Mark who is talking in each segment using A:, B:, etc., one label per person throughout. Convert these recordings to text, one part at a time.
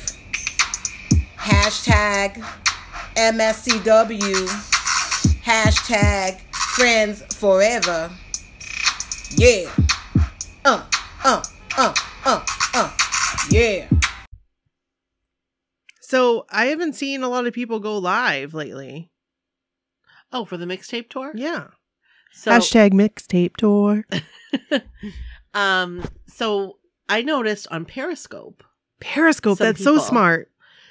A: Hashtag MSCW. Hashtag friends forever. Yeah. Uh, uh, uh, uh, uh. Yeah.
B: So I haven't seen a lot of people go live lately.
C: Oh, for the mixtape tour?
B: Yeah.
C: So,
B: Hashtag mixtape tour.
C: um, so I noticed on Periscope.
B: Periscope.
C: Some
B: that's so
C: people.
B: smart.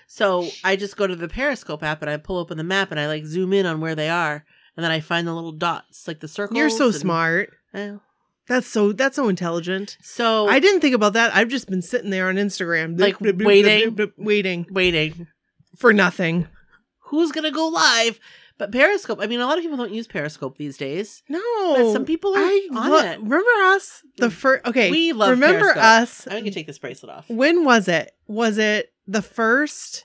C: So I just go to the Periscope app and I pull open the map and I like zoom in on where they are, and then I find the little dots, like the circles.
B: You're so
C: and-
B: smart.
C: Well,
B: That's so. That's so intelligent.
C: so
B: I didn't think about that. I've just been sitting there on Instagram,
C: Like,
B: Bloop, bloop, bloop,
C: waiting.
B: bloop, bloop, waiting
C: waiting.
B: for nothing.
C: Who's gonna go live? But Periscope. I mean, a lot of people don't use Periscope these days.
B: No,
C: But some people are on
B: lo-
C: it.
B: Remember us? The first. Okay,
C: We love
B: Remember
C: Periscope.
B: us?
C: I'm gonna take this bracelet off.
B: When was it? Was it the first?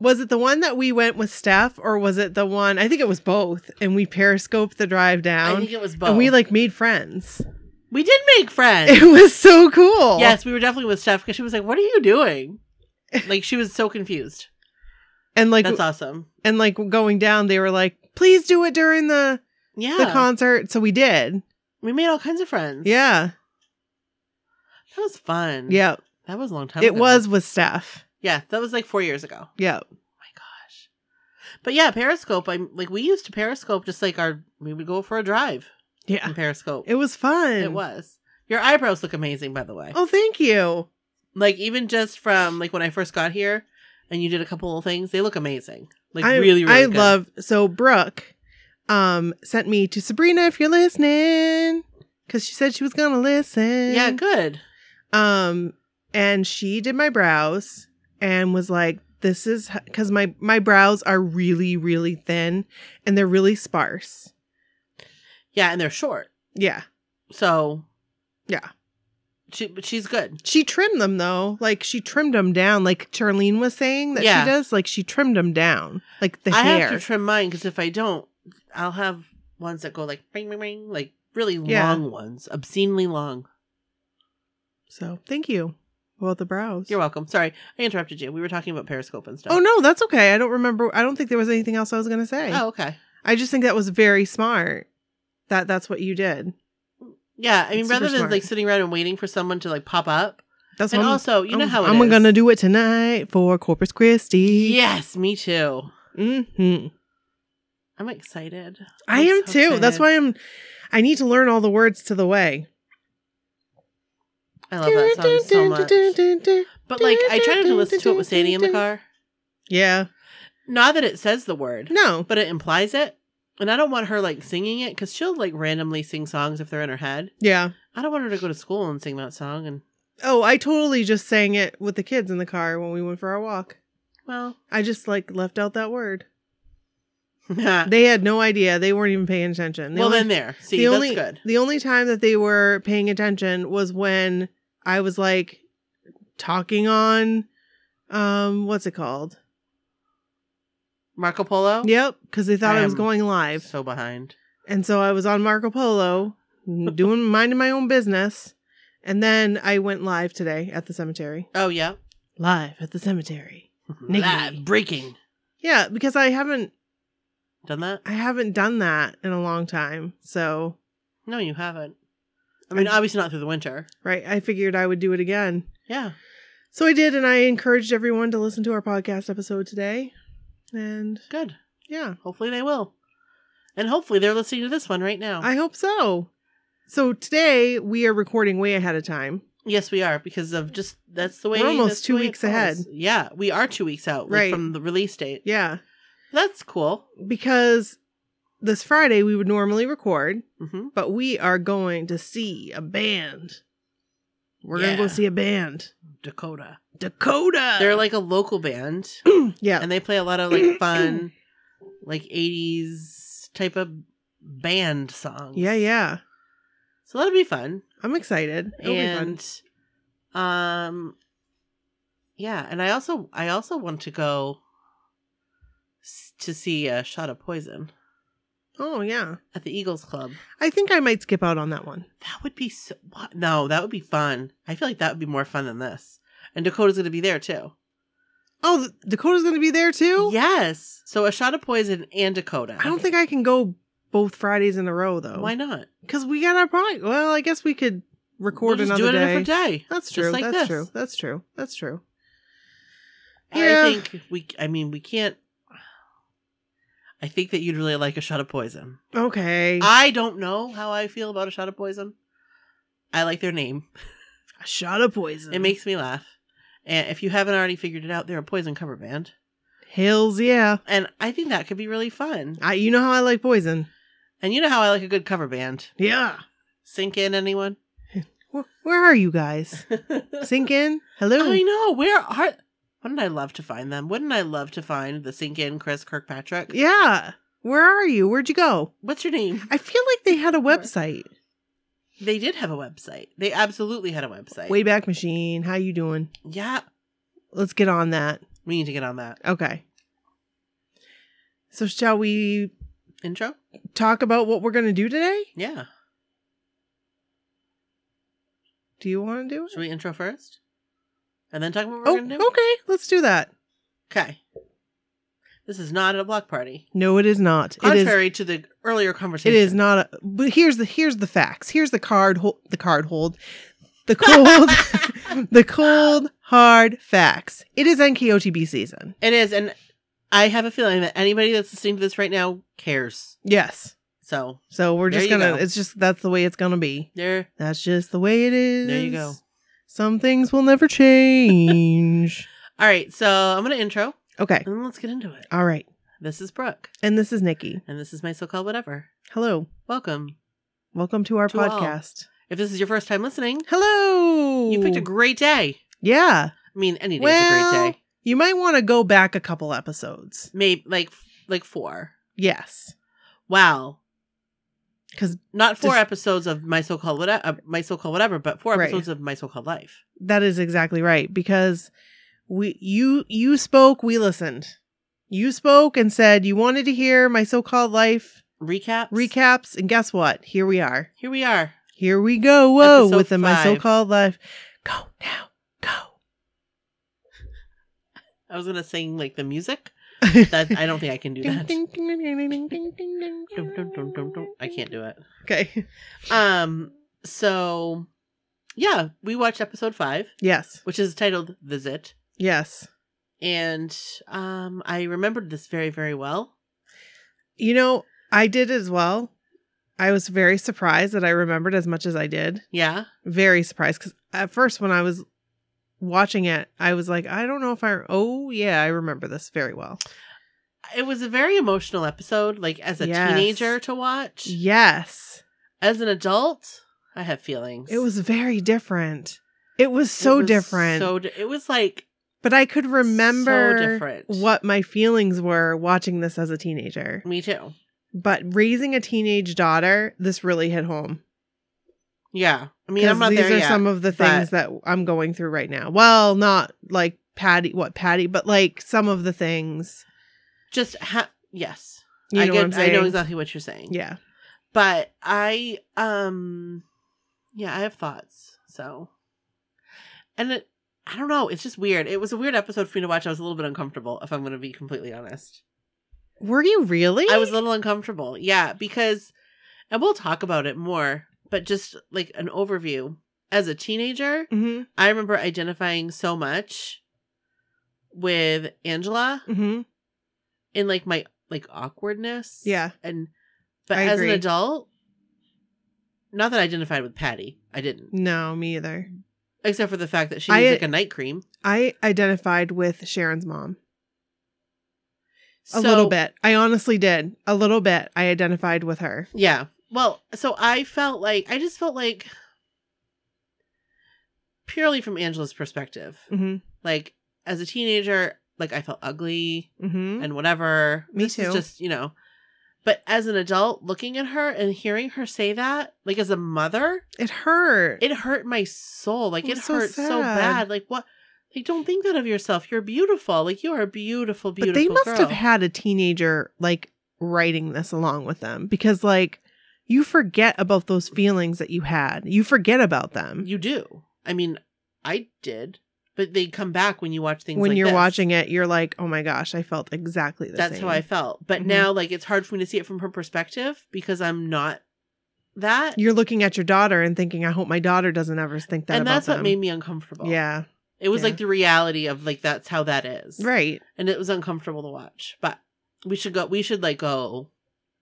B: Was it the one that we went with Steph, or was it the one? I think it was both, and we periscoped the drive
C: I
B: down,
C: think it was both.
B: and we like made friends.
C: we did make friends.
B: It was so cool.
C: Yes, we were definitely with Steph because she was like, "What are you doing?" Like she was so confused.
B: and like
C: That's awesome.
B: and like going down, they were like, "Please do it during the
C: Yeah,
B: the concert." So we did.
C: we made all kinds of friends.
B: Yeah,
C: that was fun.
B: yeah.
C: Mm-hmm. that was a long time.
B: It
C: ago.
B: was with Steph.
C: Yeah, that was like four years ago.
B: Yeah,
C: But yeah, Periscope. I'm like we used to Periscope just like our we would go for a drive
B: yeah.
C: in Periscope.
B: It was fun.
C: It was. Your eyebrows look amazing, by the way.
B: Oh, thank you.
C: Like even just from like when I first got here, and you did a couple of things. They look amazing. Like
B: I,
C: really, really.
B: I
C: good.
B: love so Brooke um sent me to Sabrina if you're listening cuz she said she was going to listen.
C: Yeah, good.
B: Um and she did my brows and was like this is cuz my my brows are really really thin and they're really sparse.
C: Yeah, and they're short.
B: Yeah.
C: So
B: Yeah.
C: she but she's good.
B: She trimmed them though. Like she trimmed them down like Charlene was saying that
C: Yeah.
B: she does. Like she trimmed them down. Like the
C: I
B: hair.
C: have to trim mine because if I don't, I'll have ones that go like ring, ring, ring, like really
B: Yeah.
C: long ones, obscenely long.
B: so, thank you. Well, the brows.
C: You're welcome. Sorry, I interrupted you. We were talking about Periscope and stuff.
B: Oh no, that's okay. I don't remember. I don't think there was anything else I was going to say.
C: Oh, okay.
B: I just think that was very smart. That that's what you did.
C: Yeah, I mean,
B: It's
C: rather
B: super
C: than
B: smart.
C: like sitting around and waiting for someone to like pop up,
B: That's
C: and
B: what
C: also
B: I'm,
C: you know
B: I'm-
C: how it
B: I'm
C: is.
B: gonna do it tonight for Corpus Christi.
C: Yes, me too.
B: hmm
C: I'm excited.
B: I
C: I'm
B: am
C: so
B: too. That's
C: excited.
B: why I'm. I need to learn all the words to the way.
C: I love that song so much. But like, I try not to listen to it with Sadie in the car.
B: Yeah.
C: Not that it says the word,
B: No.
C: but it implies it. And I don't want her like singing it because she'll like randomly sing songs if they're in her head.
B: Yeah.
C: I don't want her to go to school and sing that song. And
B: Oh, I totally just sang it with the kids in the car when we went for our walk.
C: well,
B: I just like left out that word. They had no idea. They weren't even paying attention. They
C: well,
B: only-
C: then there. See,
B: the
C: that's
B: only
C: good.
B: the only time that they were paying attention was when I was like talking on um what's it called?
C: Marco Polo.
B: Yep, cuz they thought I,
C: I
B: was
C: am
B: going live.
C: so behind.
B: And so I was on Marco Polo doing minding my own business. And then I went live today at the cemetery.
C: Oh yeah,
B: Live at the cemetery. Nikki.
C: Live breaking.
B: Yeah, because I haven't
C: Done that?
B: I haven't done that in a long time. So,
C: No, you haven't. I mean,
B: I-
C: obviously not through the winter.
B: right, I figured I would do it again.
C: Yeah.
B: So I did, and I encouraged everyone to listen to our podcast episode today. And
C: Good.
B: yeah,
C: Hopefully they will. And hopefully they're listening to this one right now.
B: I hope so. So today we are recording way ahead of time.
C: yes, we are because of just that's the way
B: We're almost
C: that's the
B: two
C: way it
B: weeks ahead.
C: falls. Yeah, we are two weeks out like,
B: Right.
C: from the release date.
B: Yeah,
C: That's cool.
B: because this Friday we
C: Mm-hmm.
B: would normally record,
C: hmm
B: but we are going to see a band We're gonna go
C: Yeah.
B: see a band.
C: Dakota.
B: Dakota.
C: They're like a local band,
B: yeah,
C: and they play a lot of like fun, like '80s type of band songs.
B: yeah, yeah.
C: So that'll be fun.
B: I'm excited. It'll be fun.
C: and um yeah and i also i also want to go s- to see a shot of poison
B: Oh yeah,
C: at the eagles club
B: I think I might skip out on that one.
C: that would be so wha- no that would be fun i feel like that would be more fun than this and dakota's gonna be there too
B: Oh, th- Dakota's gonna be there too.
C: yes so a shot of poison and dakota
B: I don't think I can go both Fridays in a row though.
C: why not
B: Because we got our probably. Well, I guess we could record
C: We'll just
B: another
C: do it
B: day.
C: a different day
B: That's
C: just
B: true.
C: like
B: That's
C: this.
B: true. That's true. That's true.
C: i
B: Yeah.
C: think we i mean we can't i think that you'd really like a shot of poison
B: Okay.
C: I don't know how I feel about a shot of poison. I like their name.
B: a shot of poison.
C: It makes me laugh. And if you haven't already figured it out, they're a poison cover band.
B: hills. Yeah.
C: And I think that could be really fun.
B: I. You know how I like poison.
C: And you know how I like a good cover band.
B: Yeah.
C: Sink in anyone?
B: Where, where are you guys? Sink in. Hello.
C: I know. Where are wouldn't I love to find them? Wouldn't I love to find the sink in Chris Kirkpatrick?
B: Yeah. Where are you? Where'd you go?
C: What's your name?
B: I feel like they had a website.
C: They did have a website. They absolutely had a website.
B: Wayback Machine. How you doing?
C: Yeah.
B: Let's get on that.
C: We need to get on that.
B: Okay. So shall we
C: Intro?
B: talk about what we're gonna do today?
C: Yeah.
B: Do you want to do it?
C: Should we intro first? And then talk about what we're
B: Oh,
C: gonna do?
B: okay. Let's do that.
C: Okay. This is not a block party.
B: No, it is not. it is.
C: Contrary to the earlier conversation.
B: It is not. A, but here's the here's the facts. Here's the card. Hold the card. Hold the cold. the cold hard facts. It is NKOTB season.
C: It is, and I have a feeling that anybody that's listening to this right now cares.
B: Yes.
C: So
B: So we're
C: There
B: just
C: you
B: gonna.
C: go.
B: It's just that's the way it's gonna be.
C: there,
B: That's just the way it is.
C: there you go.
B: Some things will never change.
C: All right, so I'm gonna intro,
B: okay.
C: and let's get into it.
B: All right.
C: This is Brooke,
B: And this is Nikki.
C: and this is my so-called whatever.
B: Hello.
C: Welcome.
B: Welcome to our
C: To all.
B: podcast.
C: If this is your first time listening,
B: Hello.
C: you picked a great day.
B: yeah.
C: I mean, any day's a
B: Well-
C: great day.
B: You might want to go back a couple episodes.
C: Maybe like like four.
B: Yes.
C: Wow.
B: 'Cause
C: not four
B: just-
C: episodes of my so-called whatever, uh, my so-called whatever, but four
B: Right.
C: episodes of my so-called life.
B: That is exactly right because we you you spoke, we listened. You spoke and said you wanted to hear my so-called life
C: Recap.
B: recaps and guess what? Here we are.
C: Here we are.
B: Here we go. Whoa,
C: Episode
B: with the my
C: five.
B: so-called life. Go now. Go.
C: I was gonna sing like the music. That I don't think I can do that.
B: Ding, ding, ding, ding, ding, ding, ding, ding.
C: Dum, dum, dum, dum, dum. I can't do it.
B: Okay.
C: Um. So, yeah, we watched episode five,
B: Yes.
C: which is titled "Visit,"
B: Yes.
C: and um, I remembered this very, very well.
B: You know, I did as well. I was very surprised that I remembered as much as I did.
C: Yeah.
B: Very surprised because at first, when I was watching it, I was like, I don't know if I. Oh yeah, I remember this very well.
C: It was a very emotional episode, like as a
B: Yes.
C: teenager to watch.
B: Yes,
C: As an adult, I have feelings.
B: it was very different. It was so
C: It was
B: different,
C: So di- it was like
B: but I could remember
C: different.
B: what my feelings were watching this as a teenager.
C: me too.
B: But raising a teenage daughter, this really hit home.
C: Yeah. I mean,
B: 'Cause
C: I'm not
B: these
C: there
B: are
C: yet.
B: some of the things that I'm going through right now. Well, not like Patty, what Patty, but like some of the things.
C: Just ha- yes.
B: You
C: I
B: know
C: get-
B: what I'm saying?
C: I know exactly what you're saying.
B: Yeah.
C: But I um yeah, I have thoughts. So and it I don't know, it's just weird. It was a weird episode for me to watch. I was a little bit uncomfortable, if I'm gonna be completely honest.
B: Were you really?
C: I was a little uncomfortable. Yeah, because and we'll talk about it more, but just like an overview. As a teenager,
B: Mm
C: I remember identifying so much with Angela
B: hmm. Mm hmm.
C: in like my like awkwardness.
B: Yeah.
C: And but
B: I
C: as
B: agree.
C: an adult, not that I identified with Patty. I didn't.
B: No, me either.
C: Except for the fact that she
B: I-
C: needs like a night cream.
B: I identified with Sharon's mom a
C: So,
B: little bit. I honestly did. A little bit. I identified with her.
C: Yeah. Well, so I felt like I just felt like purely from Angela's perspective.
B: Mm-hmm.
C: Like as a teenager, like I felt ugly
B: Mm-hmm.
C: and whatever.
B: Me
C: This is
B: too.
C: just you know, but as an adult, looking at her and hearing her say that, like as a mother,
B: It hurt.
C: it hurt my soul. Like
B: It
C: it,
B: was Oh, so
C: hurt so
B: sad.
C: bad. Like what? Like don't think that of yourself. You're beautiful. Like you are a beautiful,
B: but
C: beautiful.
B: they must
C: girl.
B: have had a teenager like writing this along with them because like you forget about those feelings that you had. You forget about them
C: You do. I mean, I did, but they come back when you watch things.
B: when
C: like
B: you're
C: this.
B: watching it. You're like, oh my gosh, I felt exactly the
C: That's
B: same.
C: how I felt. But
B: Mhm.
C: now, like, it's hard for me to see it from her perspective because I'm not that.
B: You're looking at your daughter and thinking, I hope my daughter doesn't ever think that.
C: and
B: about
C: that's what
B: them."
C: made me uncomfortable.
B: Yeah,
C: It was
B: yeah.
C: like the reality of like that's how that is.
B: right.
C: And it was uncomfortable to watch. But we should go we should like go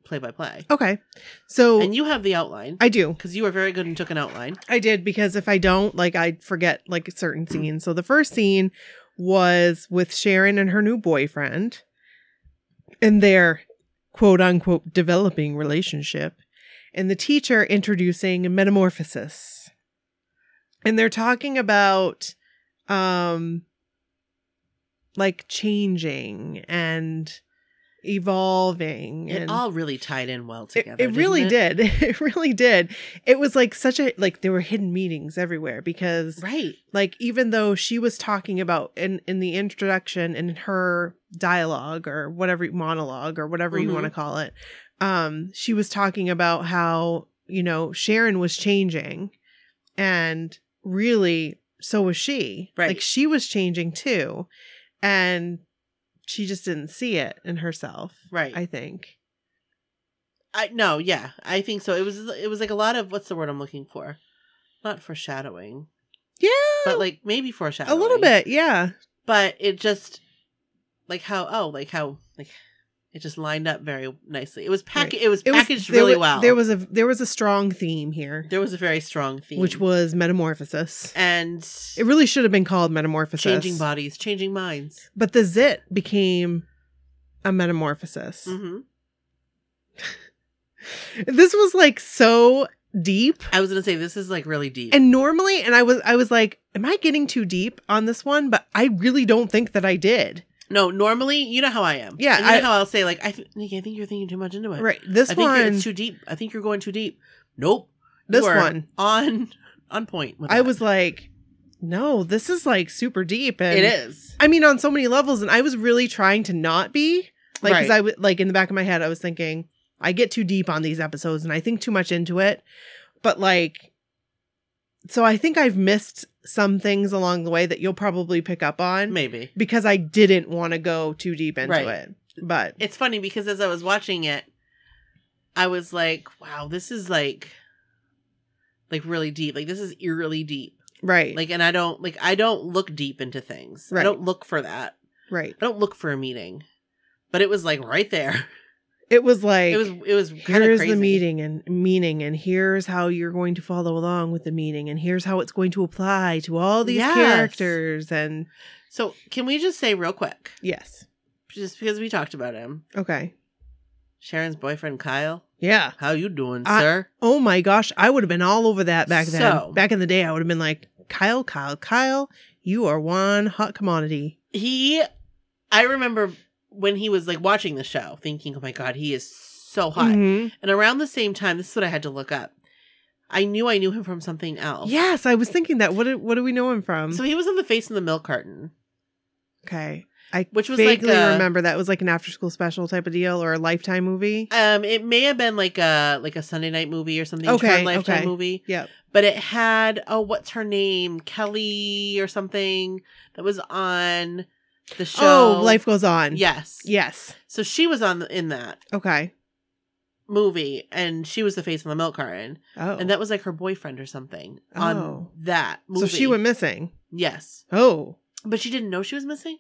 C: play by play.
B: Okay, so
C: And you have the outline.
B: I do.
C: Because you were very good and took an outline.
B: I did because if I don't, like, I forget like certain scenes. So the first scene was with Sharon and her new boyfriend and their quote unquote developing relationship, and the teacher introducing metamorphosis. And they're talking about, um, like changing and evolving
C: It
B: and
C: all really tied in well
B: it,
C: together.
B: it
C: didn't
B: really
C: it?
B: did. It really did. It was like such a like there were hidden meetings everywhere because
C: Right.
B: like even though she was talking about in in the introduction in her dialogue or whatever monologue or whatever you
C: Mhm.
B: want to call it, um, she was talking about how you know Sharon was changing, and really so was she.
C: Right.
B: Like she was changing too, and she just didn't see it in herself.
C: Right.
B: I think.
C: I no, yeah, I think so. It was it was like a lot of what's the word I'm looking for, not foreshadowing,
B: Yeah.
C: but like maybe
B: a
C: foreshadowing
B: little bit, yeah.
C: But it just like how oh like how like it just lined up very nicely. It was pack
B: Right.
C: it was
B: It
C: packaged
B: there
C: really
B: wa-
C: well.
B: There was a there was a strong theme here,
C: there was a very strong theme,
B: which was metamorphosis.
C: and
B: It really should have been called metamorphosis.
C: changing bodies, changing minds.
B: But the zit became a metamorphosis.
C: hmm
B: This was like so deep.
C: I was gonna say this is like really deep.
B: And normally, and I was I was like, am I getting too deep on this one? But I really don't think that I did.
C: no, normally you know how I am.
B: Yeah,
C: And you know
B: I-
C: how I'll say like I th- Nikki, I think you're thinking too much into it.
B: Right. This
C: I think you're,
B: one
C: it's too deep. I think you're going too deep. Nope. You
B: this
C: are
B: one.
C: on on point. With
B: I
C: that.
B: was like, no, this is like super deep. And
C: it is
B: I mean, on so many levels, and I was really trying to not be like, because
C: Right.
B: I was like in the back of my head, I was thinking I get too deep on these episodes and I think too much into it, but like, so I think I've missed some things along the way that you'll probably pick up on
C: maybe.
B: because I didn't want to go too deep into
C: Right.
B: it, but
C: It's funny because as I was watching it, I was like, "Wow, this is like, like really deep. Like this is eerily deep.
B: right,
C: Like, and I don't like I don't look deep into things. I
B: Right.
C: don't look for that.
B: right.
C: I don't look for a meeting. But it was like right there.
B: It was like
C: It was it was kind of
B: here's
C: crazy.
B: the meeting and meaning and here's how you're going to follow along with the meaning and here's how it's going to apply to all these
C: Yes.
B: characters and
C: So can we just say real quick,
B: yes
C: just because we talked about him,
B: okay
C: Sharon's boyfriend Kyle.
B: Yeah.
C: How you doing,
B: I-
C: sir?
B: Oh my gosh, I would have been all over that back then.
C: So-
B: back in the day, I would have been like, Kyle, Kyle, Kyle, you are one hot commodity.
C: he i remember when he was like watching the show thinking oh my god he is so hot
B: Mhm.
C: and around the same time this is what i had to look up i knew i knew him from something else
B: Yes, I was thinking that. What do, what do we know him from?
C: so he was on the face in the milk carton
B: okay, I
C: Which was like
B: vaguely
C: a-
B: remember that was like an after school special type of deal or a Lifetime movie.
C: um it may have been like a like a sunday night movie or something
B: Okay,
C: Turn lifetime
B: okay.
C: movie
B: Yep.
C: but it had oh what's her name kelly or something that was on the show
B: Oh, Life Goes On.
C: yes
B: Yes.
C: so she was on in that
B: Okay.
C: movie and she was the face in the milk carton
B: Oh.
C: and that was like her boyfriend or something on
B: Oh.
C: that movie.
B: so she went missing.
C: Yes,
B: Oh.
C: but she didn't know she was missing.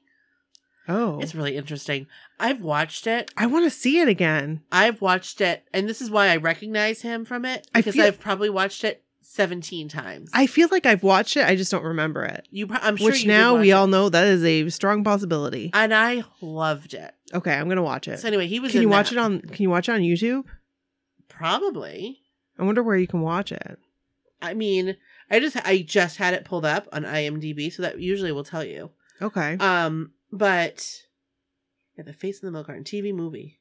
B: Oh.
C: It's really interesting. I've watched it.
B: I want to see it again.
C: I've watched it, and this is why I recognize him from it
B: I
C: because
B: feel-
C: I've probably watched it seventeen times.
B: I feel like I've watched it. I just don't remember it.
C: you, pro- I'm sure
B: Which
C: you did
B: now we
C: watch
B: all know that is a strong possibility.
C: it. and I loved it.
B: okay, I'm gonna watch it.
C: So anyway, he was.
B: Can
C: in
B: you watch
C: that.
B: it on? Can you watch it on YouTube?
C: Probably.
B: I wonder where you can watch it.
C: I mean, I just I just had it pulled up on IMDb, so that usually will tell you.
B: Okay.
C: Um, but yeah, the face in the milk carton TV movie.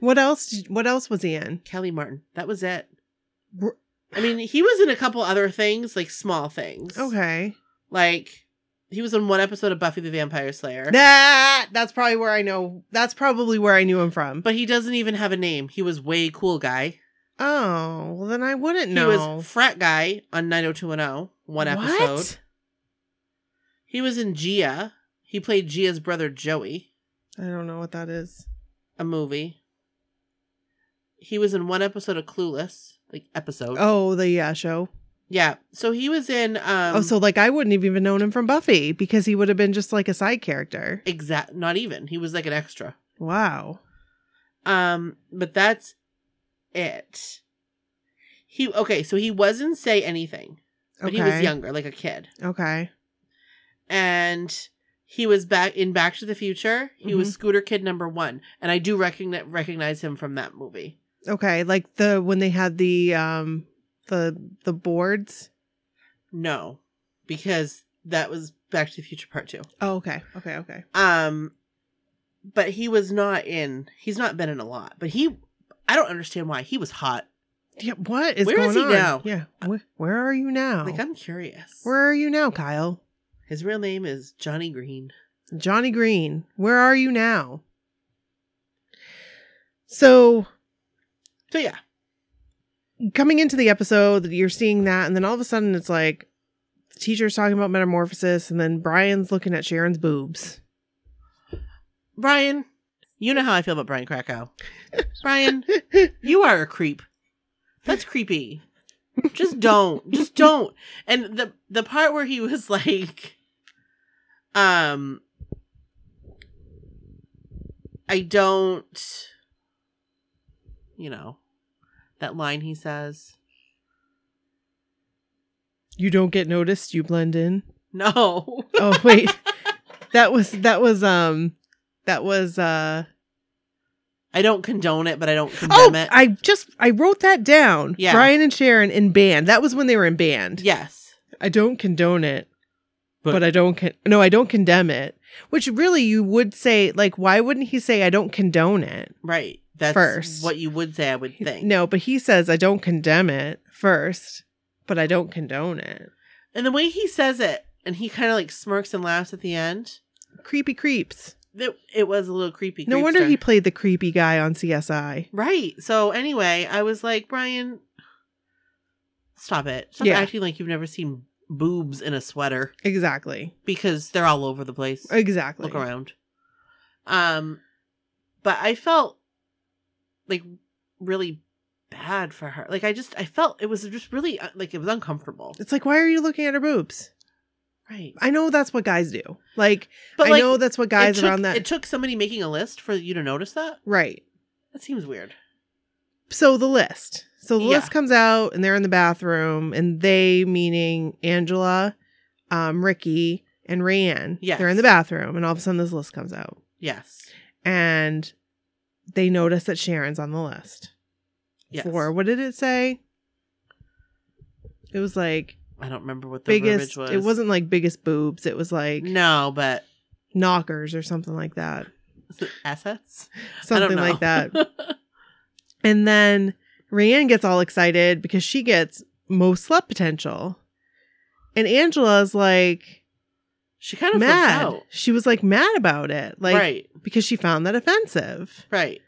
B: What else? Did, what else was he in?
C: Kelly Martin. That was it.
B: Br-
C: I mean, he was in a couple other things, like small things.
B: Okay.
C: Like he was in one episode of Buffy the Vampire Slayer.
B: That that's probably where I know. That's probably where I knew him from.
C: but he doesn't even have a name. He was way cool guy.
B: Oh, well then I wouldn't know.
C: He was frat guy on 90210, one episode.
B: What?
C: He was in Gia. He played Gia's brother Joey,
B: I don't know what that is.
C: a movie. He was in one episode of Clueless, like episode.
B: Oh, the yeah show.
C: Yeah. So he was in um
B: oh, so like I wouldn't have even known him from Buffy because he would have been just like a side character.
C: exact not even. He was like an extra.
B: Wow.
C: Um, but that's it. He okay, so he wasn't say anything, but
B: Okay.
C: he was younger, like a kid,
B: Okay.
C: and he was back in Back to the Future. He
B: Mm-hmm.
C: was Scooter Kid number one, and I do recognize recognize him from that movie.
B: Okay. Like the when they had the um the the boards.
C: No, because that was Back to the Future Part Two.
B: Oh, okay. Okay. Okay.
C: Um, but he was not in. He's not been in a lot, but he. I don't understand why he was hot.
B: Yeah. What is
C: Where
B: going
C: is he
B: on?
C: now?
B: Yeah. Where, where are you now?
C: Like I'm curious.
B: where are you now, Kyle?
C: His real name is Johnny Green.
B: Johnny Green, where are you now? So,
C: So yeah,
B: coming into the episode, you're seeing that, and then all of a sudden it's like the teacher's talking about metamorphosis, and then Brian's looking at Sharon's boobs.
C: Brian, you know how I feel about Brian Krakow. Brian, you are a creep. That's creepy. Just don't. Just don't. And the the part where he was like um I don't you know that line he says.
B: You don't get noticed, you blend in.
C: No.
B: Oh, wait. that was, that was, um, that was, uh,
C: I don't condone it, but I don't
B: oh,
C: condemn it.
B: I just, I wrote that down.
C: Yeah.
B: Brian and Sharon in band. That was when they were in band.
C: yes.
B: I don't condone it, but,
C: But-
B: I don't con- no, I don't condemn it. Which really you would say like why wouldn't he say I don't condone it?
C: Right. That's
B: First.
C: what you would say I would think.
B: No, but he says I don't condemn it first, but I don't condone it.
C: And the way he says it, and he kind of like smirks and laughs at the end.
B: Creepy creeps.
C: It, it was a little creepy.
B: No wonder
C: creepster.
B: he played the creepy guy on CSI.
C: Right. So anyway, I was like, Brian, stop it. Stop
B: Yeah.
C: acting like you've never seen boobs in a sweater
B: Exactly.
C: because they're all over the place.
B: Exactly.
C: Look around. Um, but I felt like really bad for her. Like I just, I felt it was just really uh, like it was uncomfortable.
B: It's like why are you looking at her boobs?
C: Right.
B: I know that's what guys do. Like
C: But
B: I
C: like,
B: know that's what
C: it
B: guys
C: took-
B: around that
C: It took somebody making a list for you to notice that.
B: right.
C: That seems weird.
B: so the list so the
C: Yeah.
B: list comes out and they're in the bathroom and they meaning angela um, ricky and rayanne
C: Yes.
B: they're in the bathroom and all of a sudden this list comes out
C: Yes.
B: and they notice that sharon's on the list
C: Yes.
B: for what did it say it was like
C: I don't remember what the
B: biggest
C: verbiage was.
B: it wasn't like biggest boobs it was like
C: No, but
B: knockers or something like that
C: assets. I don't
B: something like that
C: know.
B: And then Rayanne gets all excited because she gets most slut potential. And Angela's like
C: she kind of
B: mad.
C: flipped out.
B: She was like mad about it. Like
C: right.
B: because she found that offensive.
C: Right.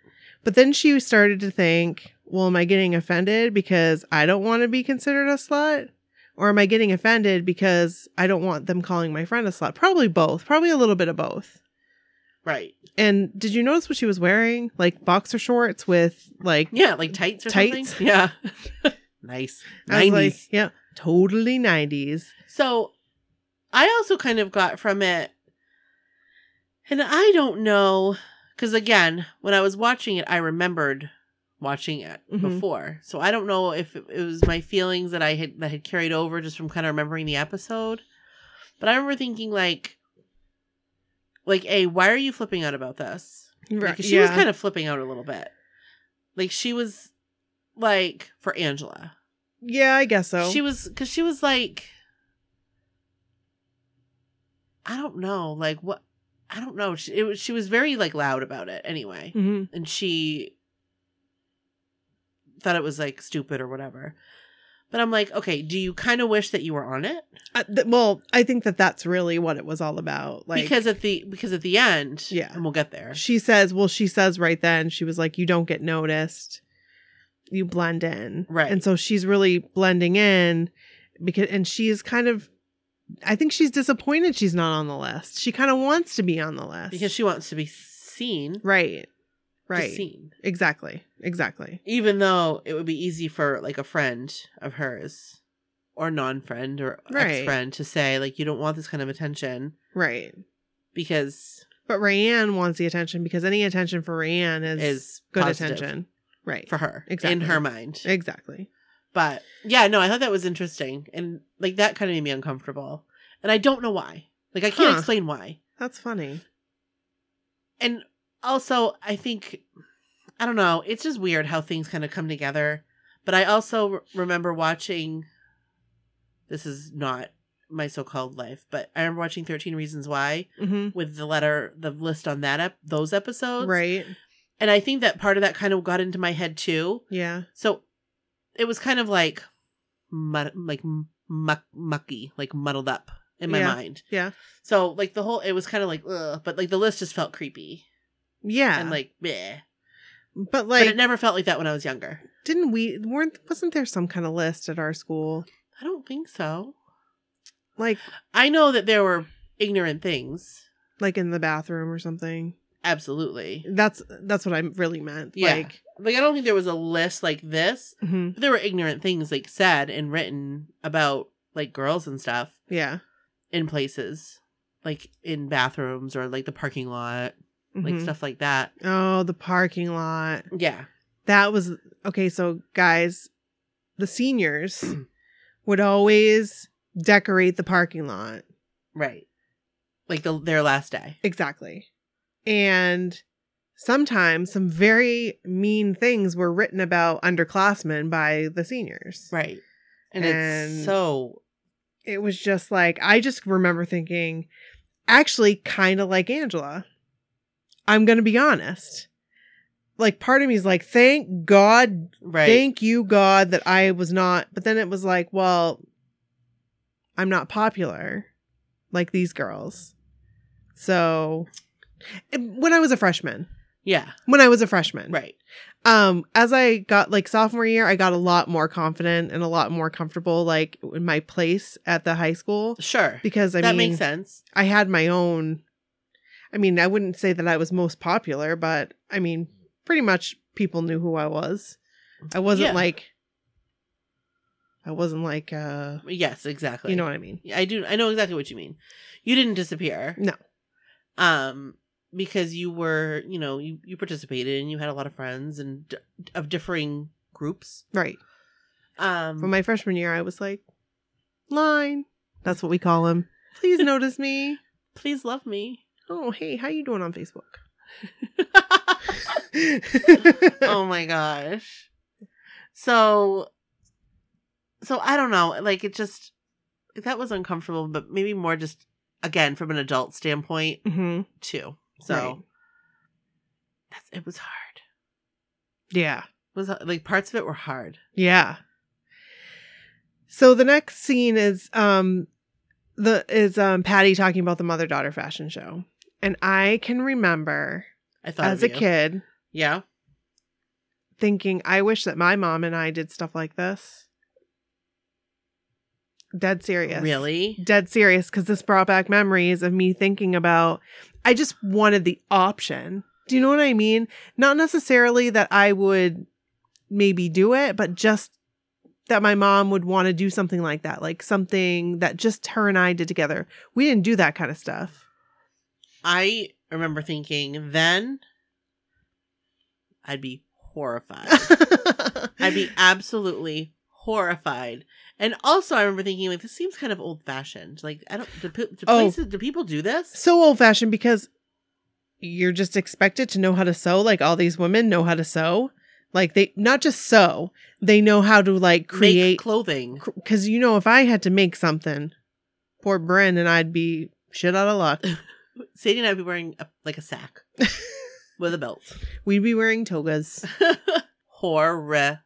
B: But then she started to think, well, am I getting offended because I don't want to be considered a slut? Or am I getting offended because I don't want them calling my friend a slut? Probably both. Probably a little bit of both.
C: Right.
B: And did you notice what she was wearing? Like boxer shorts with like
C: Yeah, like tights or
B: Tights?
C: something. Yeah. nice.
B: I was like,
C: Nineties.
B: yeah, totally 90s.
C: so I also kind of got from it and I don't know because again, when I was watching it, I remembered watching it
B: Mhm.
C: before. So I don't know if it, it was my feelings that I had that had carried over just from kind of remembering the episode. But I remember thinking like like, "A, why are you flipping out about this?"
B: Right.
C: Because she was kind of flipping out a little bit. Like she was like for Angela.
B: Yeah, I guess so.
C: She was because she was like, I don't know, like what, I don't know. She it, was- she was very like loud about it anyway,
B: hmm
C: and she thought it was like stupid or whatever. But I'm like, okay, do you kind of wish that you were on it?
B: uh, th- well, I think that that's really what it was all about. Like
C: because at the because at the end,
B: Yeah.
C: and we'll get there.
B: she says, well, she says right then, she was like, you don't get noticed, you blend in,
C: Right.
B: And so she's really blending in because, and she is kind of, I think she's disappointed she's not on the list. She kind of wants to be on the list
C: because she wants to be seen,
B: right,
C: right?
B: right,
C: Seen,
B: exactly, exactly,
C: even though it would be easy for like a friend of hers or non-friend or
B: Right.
C: ex-friend to say like you don't want this kind of attention
B: right.
C: because
B: But Rayanne wants the attention because any attention for Rayanne is,
C: is
B: good
C: positive
B: attention, right?
C: for her in
B: Exactly.
C: her mind.
B: exactly.
C: But yeah, no, I thought that was interesting and like that kind of made me uncomfortable, and I don't know why. Like I can't
B: Huh.
C: explain why.
B: That's funny.
C: and also i think i don't know it's just weird how things kind of come together but i also re- remember watching this is not my so-called life but i remember watching 13 reasons why
B: hmm
C: with the letter the list on that up those episodes
B: Right.
C: and i think that part of that kind of got into my head too
B: Yeah.
C: so it was kind of like mud, like muck, mucky like muddled up in my
B: Yeah.
C: mind
B: Yeah.
C: so like the whole it was kind of like ugh, but like the list just felt creepy
B: Yeah.
C: and like bleh.
B: but
C: but
B: like,
C: it never felt like that when I was younger.
B: didn't we weren't wasn't there some kind of list at our school
C: I don't think so.
B: like
C: I know that there were ignorant things,
B: like in the bathroom or something
C: absolutely.
B: that's that's what i really meant
C: Yeah.
B: like
C: Like I don't think there was a list like this,
B: mhm,
C: but there were ignorant things like said and written about like girls and stuff
B: yeah
C: in places, like in bathrooms or like the parking lot, like
B: mhm.
C: stuff like that.
B: oh the parking lot
C: Yeah,
B: that was okay so guys the seniors would always decorate the parking lot
C: right. Like the, their last day.
B: exactly and sometimes some very mean things were written about underclassmen by the seniors
C: Right. And,
B: And-
C: it's so
B: it was just like I just remember thinking, actually, kind of like Angela. I'm gonna be honest. Like part of me is like, thank God,
C: right.
B: thank you God that I was not. But then it was like, well, I'm not popular like these girls. So and when I was a freshman,
C: yeah.
B: when I was a freshman,
C: Right.
B: um as i got like sophomore year i got a lot more confident and a lot more comfortable like in my place at the high school
C: Sure.
B: because i
C: that
B: mean
C: makes sense.
B: i had my own i mean i wouldn't say that i was most popular but i mean pretty much people knew who i was i wasn't
C: Yeah.
B: like i wasn't like uh
C: Yes, exactly.
B: you know what i mean
C: Yeah, I do. I know exactly what you mean. You didn't disappear.
B: No.
C: Um, because you were, you know, you, you participated and you had a lot of friends and d- of differing groups.
B: right
C: Um,
B: for my freshman year i was like line that's what we call him please notice me
C: please love me.
B: oh hey how you doing on facebook Um,
C: oh my gosh. So, so I don't know. Like it just that was uncomfortable, but maybe more just again from an adult standpoint
B: hmm
C: too. So
B: Right.
C: that's it was hard.
B: Yeah.
C: It was like parts of it were hard.
B: Yeah. So the next scene is um the is um Patty talking about the mother daughter fashion show. And I can remember
C: I thought
B: as
C: of
B: a
C: you.
B: kid
C: Yeah.
B: thinking, I wish that my mom and I did stuff like this. Dead serious.
C: Really?
B: Dead serious, because this brought back memories of me thinking about I just wanted the option. Do you know what I mean? Not necessarily that I would maybe do it, but just that my mom would want to do something like that, like something that just her and I did together. We didn't do that kind of stuff.
C: I remember thinking then I'd be horrified. I'd be absolutely horrified. And also, I remember thinking like this seems kind of old fashioned. Like I don't. Do, pe- do
B: Oh.
C: places? Do people do this?
B: so old fashioned because you're just expected to know how to sew, like all these women know how to sew. Like they not just sew, they know how to like
C: Create
B: create
C: clothing.
B: because you know if I had to make something, poor Bren and I'd be shit out of luck.
C: Sadie and I'd be wearing a, like a sack with a belt.
B: We'd be wearing togas.
C: Horrified.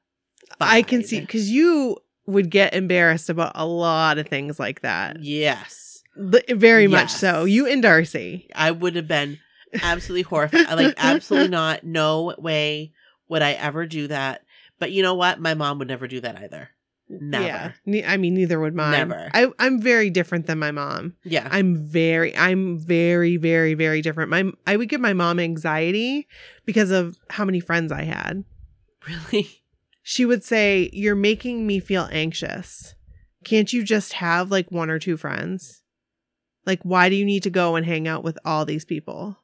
B: I can see because you would get embarrassed about a lot of things like that.
C: Yes,
B: Li- Very much so.
C: Yes.
B: You and Darcy.
C: I would have been absolutely horrified. I, Like absolutely not. No way would I ever do that. But you know what? My mom would never do that either. Never. Yeah.
B: Ne- I mean, neither would mine.
C: Never.
B: I, I'm very different than my mom. I'm very, I'm very, very, very different. My, I would give my mom anxiety because of how many friends I had.
C: really.
B: She would say, "You're making me feel anxious. Can't you just have like one or two friends? Like, why do you need to go and hang out with all these people?"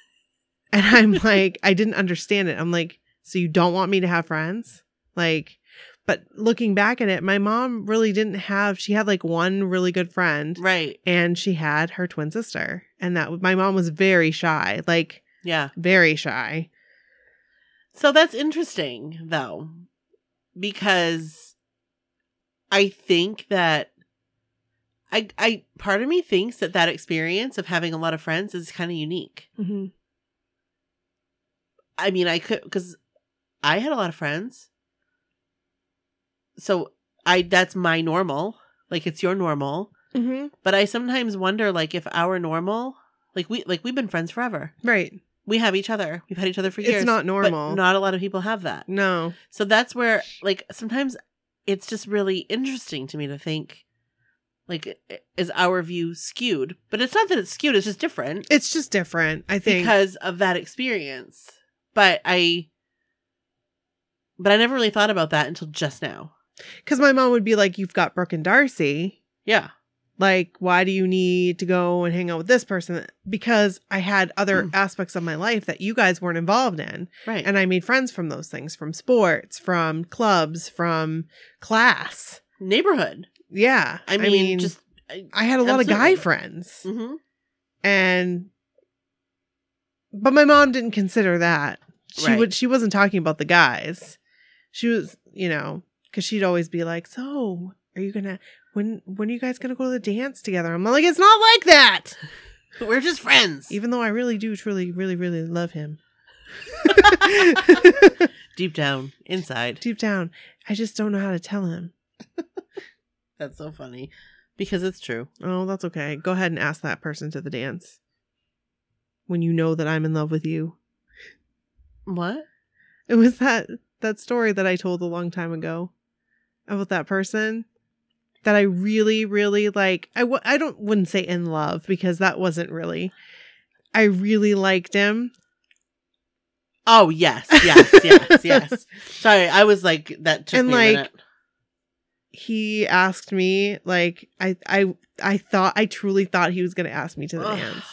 B: And I'm like, I didn't understand it. I'm like, so you don't want me to have friends? Like, but looking back at it, my mom really didn't have. She had like one really good friend
C: Right.
B: and she had her twin sister and that my mom was very shy like
C: Yeah.
B: very shy
C: So that's interesting though, because I think that I I part of me thinks that that experience of having a lot of friends is kind of unique. I mean, I could because I had a lot of friends, so I that's my normal. Like it's your normal,
B: Mm-hmm.
C: but I sometimes wonder like if our normal, like we like we've been friends forever.
B: right
C: We have each other. We've had each other for
B: It's
C: years.
B: not
C: but
B: normal.
C: not a lot of people have that.
B: no
C: So that's where, like, sometimes it's just really interesting to me to think, like, i- is our view skewed? But it's not that it's skewed, it's just different
B: it's just different i think
C: because of that experience. But I, but I never really thought about that until just now.
B: because my mom would be like you've got brooke and darcy
C: Yeah.
B: like why do you need to go and hang out with this person because i had other
C: Mm.
B: aspects of my life that you guys weren't involved in
C: Right.
B: and i made friends from those things from sports from clubs from class
C: neighborhood.
B: yeah
C: I mean, just,
B: i had a lot of guy
C: absolutely.
B: friends
C: hmm
B: and but my mom didn't consider that she
C: Right.
B: would she wasn't talking about the guys she was you know because she'd always be like so are you gonna when when are you guys gonna go to the dance together i'm like it's not like that
C: we're just friends.
B: even though i really do truly really really love him
C: Deep down inside.
B: deep down i just don't know how to tell him
C: That's so funny because it's true.
B: oh that's okay go ahead and ask that person to the dance when you know that i'm in love with you
C: What?
B: It was that that story that I told a long time ago about that person that I really, really like. I w- I don't wouldn't say in love because that wasn't really. I really liked him.
C: Oh yes, yes, yes, yes. Sorry, I was like that took
B: And,
C: me
B: like,
C: a minute.
B: He asked me like I I I thought I truly thought he was going to ask me to the
C: Ugh.
B: dance.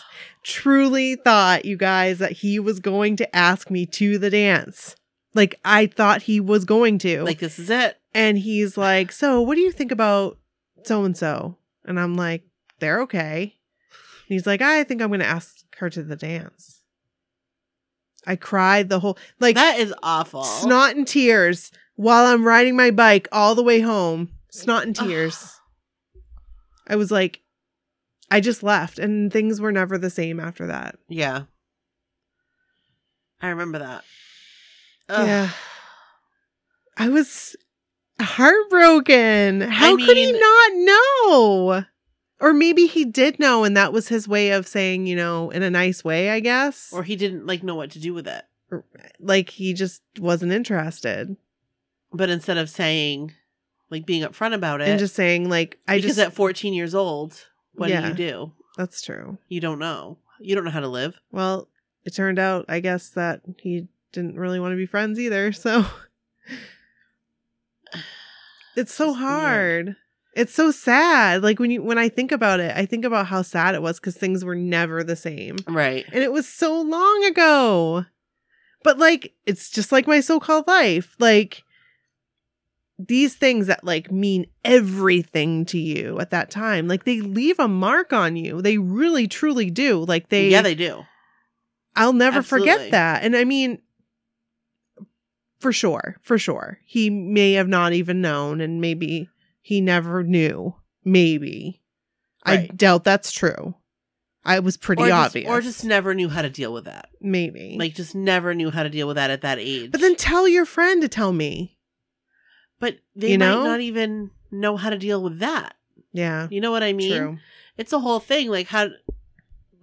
B: Truly thought you guys that he was going to ask me to the dance. Like I thought he was going to.
C: Like this is it.
B: And he's like, So, what do you think about so and so? And I'm like, They're okay. And he's like, I think I'm going to ask her to the dance. I cried the whole, like,
C: that is awful.
B: snot and tears while I'm riding my bike all the way home. Snot and
C: Ugh.
B: tears. I was like, I just left, and things were never the same after that.
C: Yeah. I remember that. Ugh.
B: Yeah. I was heartbroken. How could he
C: mean-
B: not know? Or maybe he did know and that was his way of saying, you know, in a nice way, I guess.
C: Or he didn't like know what to do with it.
B: like he just wasn't interested.
C: But instead of saying like being upfront about it
B: And just saying like I
C: because
B: just
C: at 14 years old, what do
B: Yeah.
C: you do?
B: that's true.
C: You don't know. You don't know how to live.
B: Well, it turned out I guess that he didn't really want to be friends either, so it's so
C: It's weird.
B: hard. It's so sad. Like when you when I think about it, I think about how sad it was because things were never the same.
C: Right.
B: And it was so long ago. But like it's just like my so-called life. Like these things that like mean everything to you at that time, like they leave a mark on you. They really truly do. Like they
C: yeah, they do.
B: I'll never
C: Absolutely.
B: forget that. And I mean, for sure, for sure. He may have not even known, and maybe he never knew. Maybe. I
C: Right.
B: doubt that's true. I was pretty
C: or just-
B: obvious.
C: or just never knew how to deal with that.
B: maybe.
C: Like just never knew how to deal with that at that age.
B: but then tell your friend to tell me.
C: but they
B: you
C: might
B: know?
C: not even know how to deal with that.
B: Yeah.
C: You know what I mean?
B: True.
C: It's a whole thing. Like how,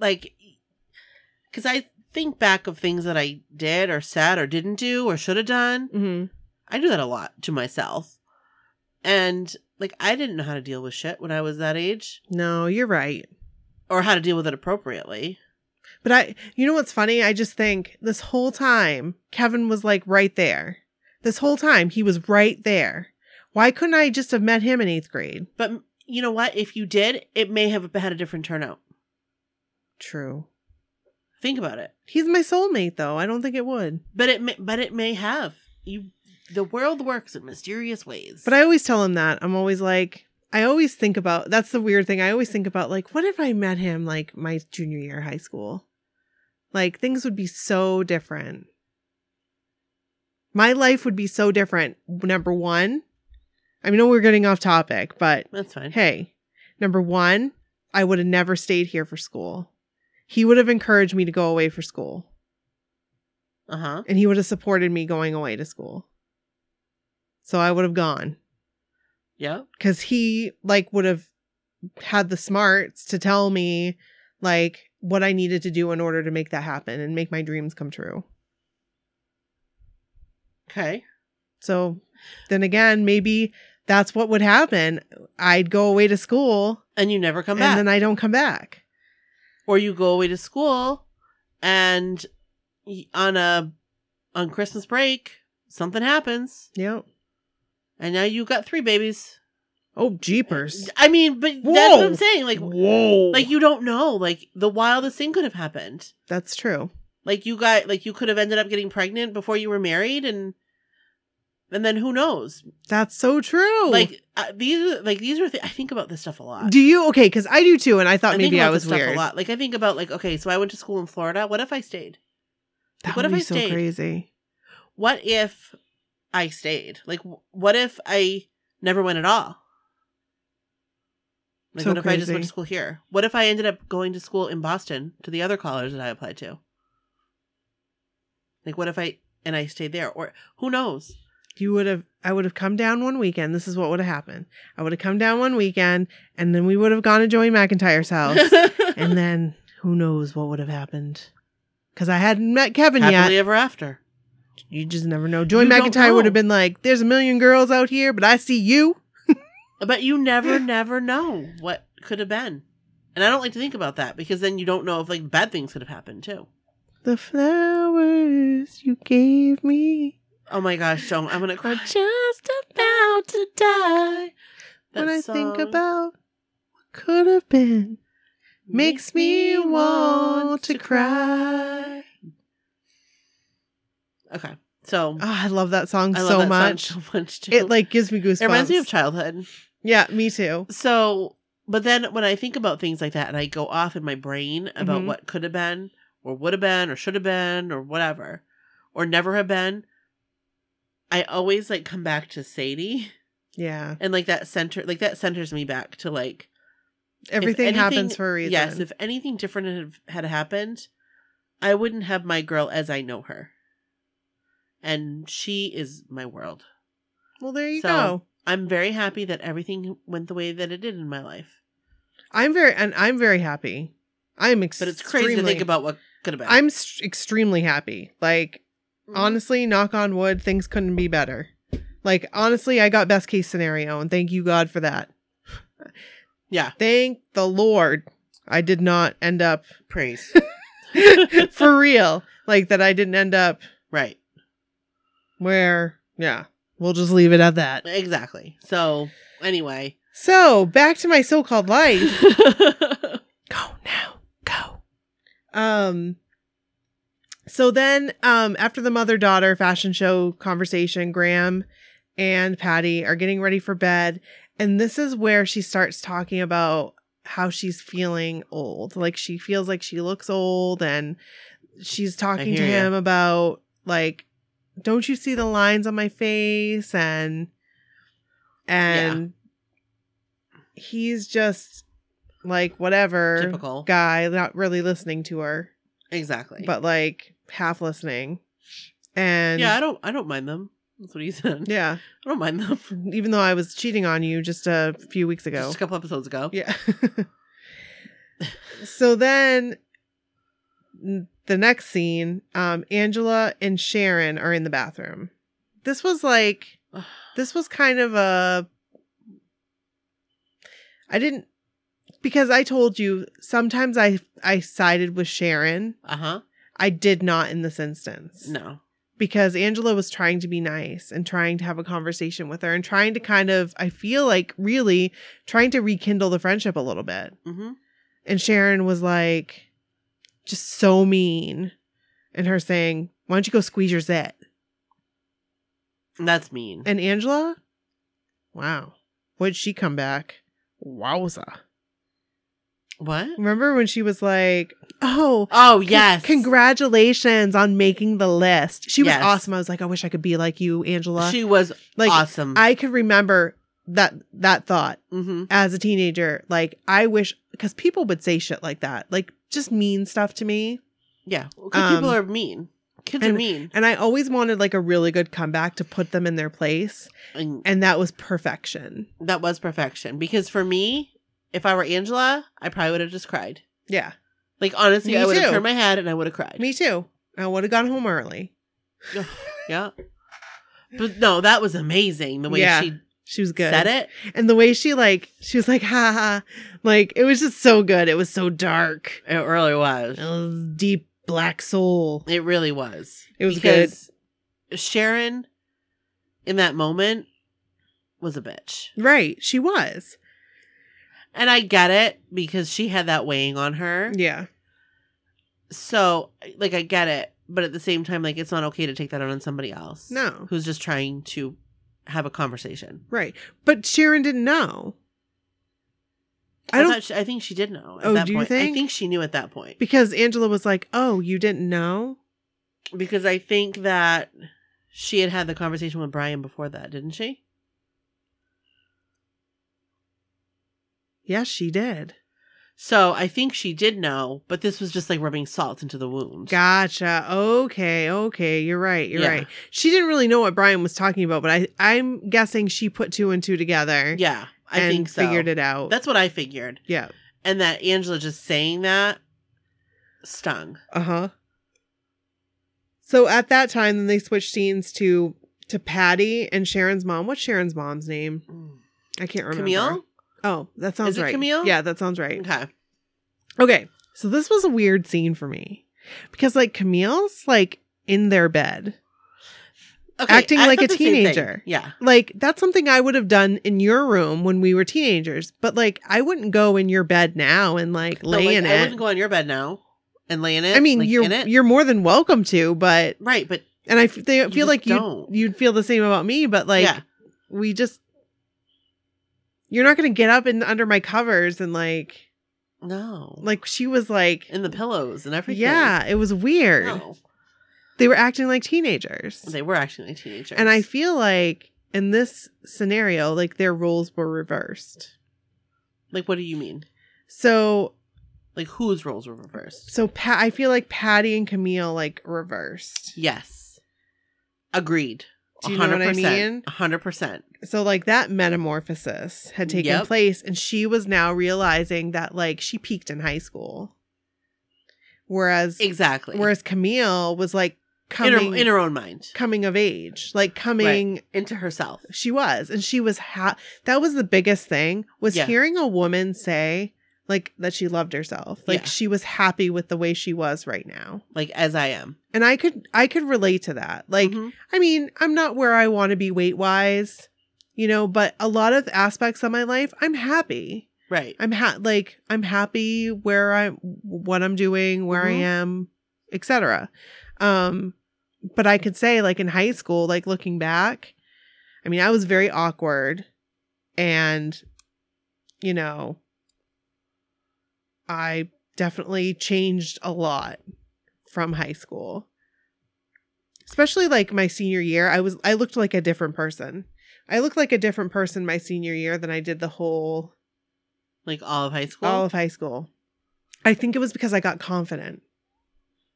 C: like, because I think back of things that I did or said or didn't do or should have done.
B: hmm
C: I do that a lot to myself, and like I didn't know how to deal with shit when I was that age
B: No, you're right.
C: or how to deal with it appropriately.
B: But I, you know what's funny? I just think this whole time, Kevin was like right there. This whole time, he was right there. Why couldn't I just have met him in eighth grade?
C: But m- you know what? If you did, it may have had a different turnout.
B: True.
C: Think about it.
B: He's my soulmate, though. I don't think it would.
C: But it may, but it may have you. The world works in mysterious ways.
B: But I always tell him that. I'm always like, I always think about that's the weird thing. I always think about, like, what if I met him like my junior year of high school? Like, things would be so different. My life would be so different. Number one, I know we're getting off topic, but
C: that's fine.
B: hey, number one, I would have never stayed here for school. He would have encouraged me to go away for school
C: Uh huh.
B: and he would have supported me going away to school. So I would have gone
C: Yeah.
B: because he like would have had the smarts to tell me like what I needed to do in order to make that happen and make my dreams come true.
C: Okay.
B: So then again, maybe that's what would happen. I'd go away to school
C: And you never come
B: and
C: back,
B: then I don't come back.
C: or you go away to school, and y- on a on Christmas break something happens,
B: Yep.
C: and now you got three babies.
B: Oh, jeepers.
C: I mean, but that's what
B: Whoa.
C: I'm saying. Like,
B: whoa.
C: like you don't know. Like the wildest thing could have happened.
B: That's true.
C: Like you got like you could have ended up getting pregnant before you were married, and and then who knows?
B: That's so true.
C: Like uh, these are like these are. Th- I think about this stuff a lot.
B: do you okay? Because I do too, and I thought
C: I think
B: maybe
C: about
B: I
C: this
B: was
C: stuff
B: weird.
C: a lot. Like I think about like okay, so I went to school in Florida. What if I stayed?
B: That
C: What
B: would
C: if
B: be
C: I
B: so
C: stayed?
B: crazy.
C: What if I stayed? Like wh- what if I never went at all? Like
B: So
C: what if I just went
B: crazy.
C: to school here? What if I ended up going to school in Boston to the other college that I applied to? Like what if I and I stayed there or who knows?
B: You would have. I would have come down one weekend. This is what would have happened. I would have come down one weekend, and then we would have gone to Joey McIntyre's house, and then who knows what would have happened? Because I hadn't met Kevin
C: Happily
B: yet.
C: ever after.
B: You just never know. Joey
C: You don't
B: McIntyre would
C: know.
B: have been like, "There's a million girls out here, but I see you."
C: But you never, never know what could have been. And I don't like to think about that because then you don't know if like bad things could have happened too.
B: The flowers you gave me
C: Oh my gosh, don't I'm gonna
B: are
C: cry.
B: just about to die. when
C: That
B: I think
C: song
B: about what could have been, makes me want to cry.
C: Okay, so
B: Oh, I love that song
C: I love
B: so
C: that
B: much.
C: song so much too.
B: It like gives me goosebumps.
C: it reminds me of childhood.
B: yeah, me too.
C: So, but then when I think about things like that and I go off in my brain about
B: Mhm.
C: what could have been or would have been or should have been or whatever or never have been, I always like come back to Sadie.
B: Yeah,
C: and like that center like that centers me back to like if
B: everything
C: anything-
B: happens for a reason.
C: yes if anything different had had happened i wouldn't have my girl as i know her and she is my world
B: well, there you
C: so-
B: go.
C: i'm very happy that everything went the way that it did in my life
B: I'm very and I'm very happy. I'm
C: but
B: extremely.
C: it's crazy to think about what could have been Mm.
B: I'm s extremely happy. Like honestly, knock on wood, things couldn't be better. Like honestly, I got best case scenario, and thank you God for that.
C: yeah
B: Thank the Lord, I did not end up
C: praise
B: for real. Like that I didn't end up
C: right
B: where, yeah, we'll just leave it at that.
C: exactly so anyway
B: So back to my so called life. go now, go. Um, so then, um, after the mother daughter fashion show conversation, Graham and Patty are getting ready for bed. And this is where she starts talking about how she's feeling old. Like she feels like she looks old and she's talking to
C: hear ya.
B: him about like don't you see the lines on my face and and he's just like whatever
C: Typical.
B: guy not really listening to her
C: Exactly.
B: but like half listening and
C: yeah, I don't. I don't mind them. That's what he said.
B: yeah
C: I don't mind them.
B: even though i was cheating on you just a few weeks ago
C: Just a couple episodes ago.
B: Yeah. so then n- the next scene, um, Angela and Sharon are in the bathroom. This was like this was kind of a I didn't because I told you sometimes I I sided with Sharon.
C: Uh huh.
B: I did not in this instance
C: No.
B: because Angela was trying to be nice and trying to have a conversation with her and trying to kind of, I feel like, really trying to rekindle the friendship a little bit.
C: Mm-hmm.
B: And Sharon was like, just so mean. And her saying, why don't you go squeeze your zit?
C: That's mean.
B: And Angela, wow, would she come back? Wowza.
C: what?
B: Remember when she was like, oh,
C: Oh
B: con-
C: yes.
B: Congratulations on making the list. She was
C: Yes.
B: awesome. I was like, I wish I could be like you, Angela.
C: She was
B: like,
C: awesome.
B: I could remember that that thought
C: mm-hmm.
B: as a teenager. Like I wish because people would say shit like that, like just mean stuff to me.
C: Yeah. 'cause people
B: Um,
C: are mean. Kids are mean.
B: And I always wanted like a really good comeback to put them in their place,
C: And
B: and that was perfection.
C: that was perfection. Because for me, if I were Angela, I probably would have just cried.
B: Yeah,
C: Like honestly,
B: Me
C: I would
B: too.
C: have turned my head and I would have cried.
B: me too. I would have gone home early.
C: Yeah. But no, that was amazing the way
B: Yeah.
C: she
B: She was good,
C: said it.
B: and the way she like she was like ha ha, like it was just so good. It was so dark,
C: It really was.
B: It was deep black soul.
C: It really was.
B: It was
C: good. Sharon in that moment was a bitch.
B: Right, she was.
C: And I get it because she had that weighing on her.
B: Yeah,
C: So, like, I get it. But at the same time, like, it's not okay to take that out on somebody else.
B: No.
C: Who's just trying to have a conversation.
B: right. But Sharon didn't know. I
C: I,
B: don't
C: thought she- I think she did know. At
B: Oh,
C: that
B: do you
C: point. I
B: think?
C: think she knew at that point.
B: because Angela was like, "Oh, you didn't know?"
C: because I think that she had had the conversation with Brian before that, didn't she?
B: Yes, she did.
C: So I think she did know, but this was just like rubbing salt into the wound.
B: Gotcha. Okay, okay, you're right. You're
C: Yeah.
B: right. She didn't really know what Brian was talking about, but I I'm guessing she put two and two together.
C: Yeah, I
B: and
C: think so.
B: figured it out.
C: That's what I figured,
B: yeah.
C: and that Angela just saying that stung.
B: Uh-huh. So at that time then they switched scenes to to Patty and Sharon's mom. What's Sharon's mom's name? Mm, I can't remember.
C: Camille.
B: Oh, that sounds
C: Is it
B: right.
C: Camille?
B: Yeah, that sounds right.
C: Okay.
B: Okay. So this was a weird scene for me because like Camille's like in their bed.
C: Okay.
B: Acting like
C: thought
B: a
C: the same thing.
B: teenager.
C: Yeah.
B: Like that's something I would have done in your room when we were teenagers, but like I wouldn't go in your bed now and like
C: No,
B: lay
C: like,
B: in
C: I
B: it.
C: wouldn't go on your bed now and lay in it.
B: I mean,
C: like,
B: you're
C: in it.
B: you're more than welcome to, but
C: right, but
B: and I f- they
C: You
B: feel
C: just
B: like you
C: don't.
B: you'd feel the same about me, but like
C: yeah,
B: we just you're not going to get up and under my covers and like
C: no,
B: like she was like
C: in the pillows and everything.
B: yeah, it was weird.
C: No,
B: They were acting like teenagers.
C: they were actually teenagers,
B: And I feel like in this scenario, like their roles were reversed.
C: Like, what do you mean?
B: So,
C: Like, whose roles were reversed?
B: so Pat, I feel like Patty and Camille like reversed.
C: Yes. Agreed.
B: Do you know what I mean?
C: 100%.
B: So, like that metamorphosis had taken
C: Yep.
B: place, and she was now realizing that like she peaked in high school, whereas
C: Exactly.
B: whereas Camille was like
C: in,
B: coming
C: her, in her own mind,
B: coming of age, like coming.
C: into herself.
B: she was and she was ha- that was the biggest thing was
C: Yeah.
B: hearing a woman say like that she loved herself like
C: Yeah.
B: she was happy with the way she was right now
C: Like, as I am.
B: and i could i could relate to that like
C: Mhm.
B: i mean i'm not where i want to be weight wise you know but a lot of aspects of my life i'm happy
C: right.
B: i'm ha- like i'm happy where i what i'm doing where
C: Mhm.
B: i am etc um but i could say like in high school like looking back i mean i was very awkward and you know i definitely changed a lot from high school especially like my senior year, I was I looked like a different person. I looked like a different person my senior year than I did the whole
C: Like all of high school.
B: all of high school. I think it was because I got confident.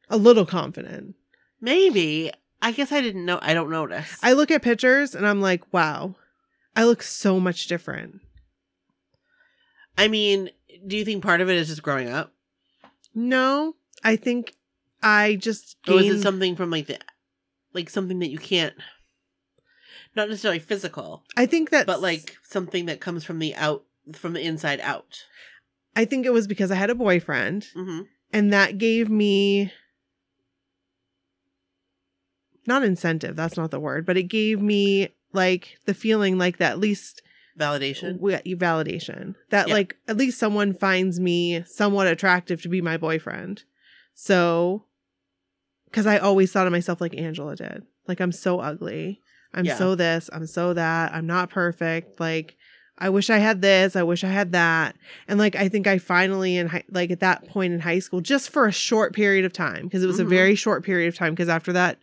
B: A little confident.
C: Maybe. I guess I didn't know. I don't notice.
B: I look at pictures and I'm like, wow, I look so much different.
C: I mean, do you think part of it is just growing up?
B: No, I think I just
C: Or was it
B: gained-
C: something from like the, like something that you can't, not necessarily physical,
B: I think that
C: but like something that comes from the out, from the inside out.
B: I think it was because I had a boyfriend
C: hmm
B: and that gave me not incentive, that's not the word, but it gave me like the feeling like that at least
C: Validation.
B: we got you validation. That
C: Yeah.
B: like at least someone finds me somewhat attractive to be my boyfriend. So cuz I always thought of myself like Angela did. Like I'm so ugly. I'm
C: Yeah.
B: so this, I'm so that. I'm not perfect. Like I wish I had this, I wish I had that. And like I think I finally in high, like at that point in high school just for a short period of time because it was
C: Mhm.
B: a very short period of time because after that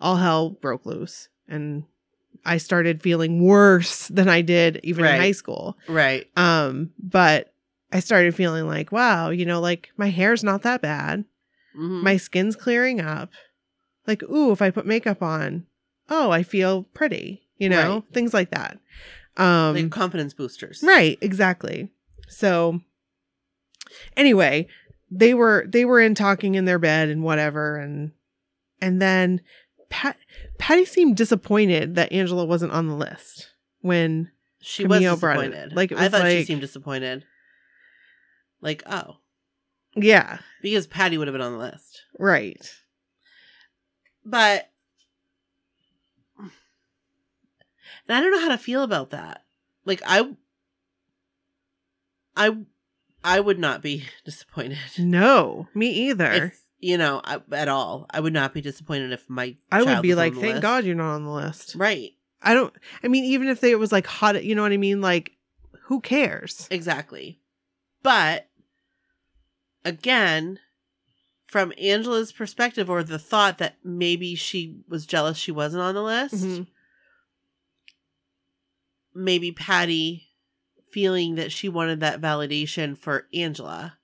B: all hell broke loose and I started feeling worse than I did even
C: Right.
B: in high school.
C: Right.
B: Um, but I started feeling like, wow, you know, like my hair's not that bad.
C: Mhm.
B: My skin's clearing up. Like, ooh, if I put makeup on, oh, I feel pretty, you know,
C: Right.
B: things like that. Um,
C: like confidence boosters.
B: Right, exactly. So anyway, they were they were in talking in their bed and whatever and and then Pat Patty seemed disappointed that Angela wasn't on the list when
C: She was
B: Camille brought it.
C: disappointed.
B: Like, it
C: I
B: was
C: thought she
B: like-
C: seemed disappointed. Like oh,
B: yeah,
C: because Patty would have been on the list,
B: right.
C: but and I don't know how to feel about that. Like I, I, I would not be disappointed.
B: No, me either.
C: If, you know, I, at all, I would not be disappointed if my
B: I would
C: child
B: be
C: was on
B: like,
C: the
B: thank
C: list."
B: God you're not on the list.
C: right?
B: I don't I mean even if they it was like hot, you know what I mean? Like who cares?
C: Exactly. But again, from Angela's perspective or the thought that maybe she was jealous she wasn't on the list,
B: Mhm.
C: maybe Patty feeling that she wanted that validation for Angela.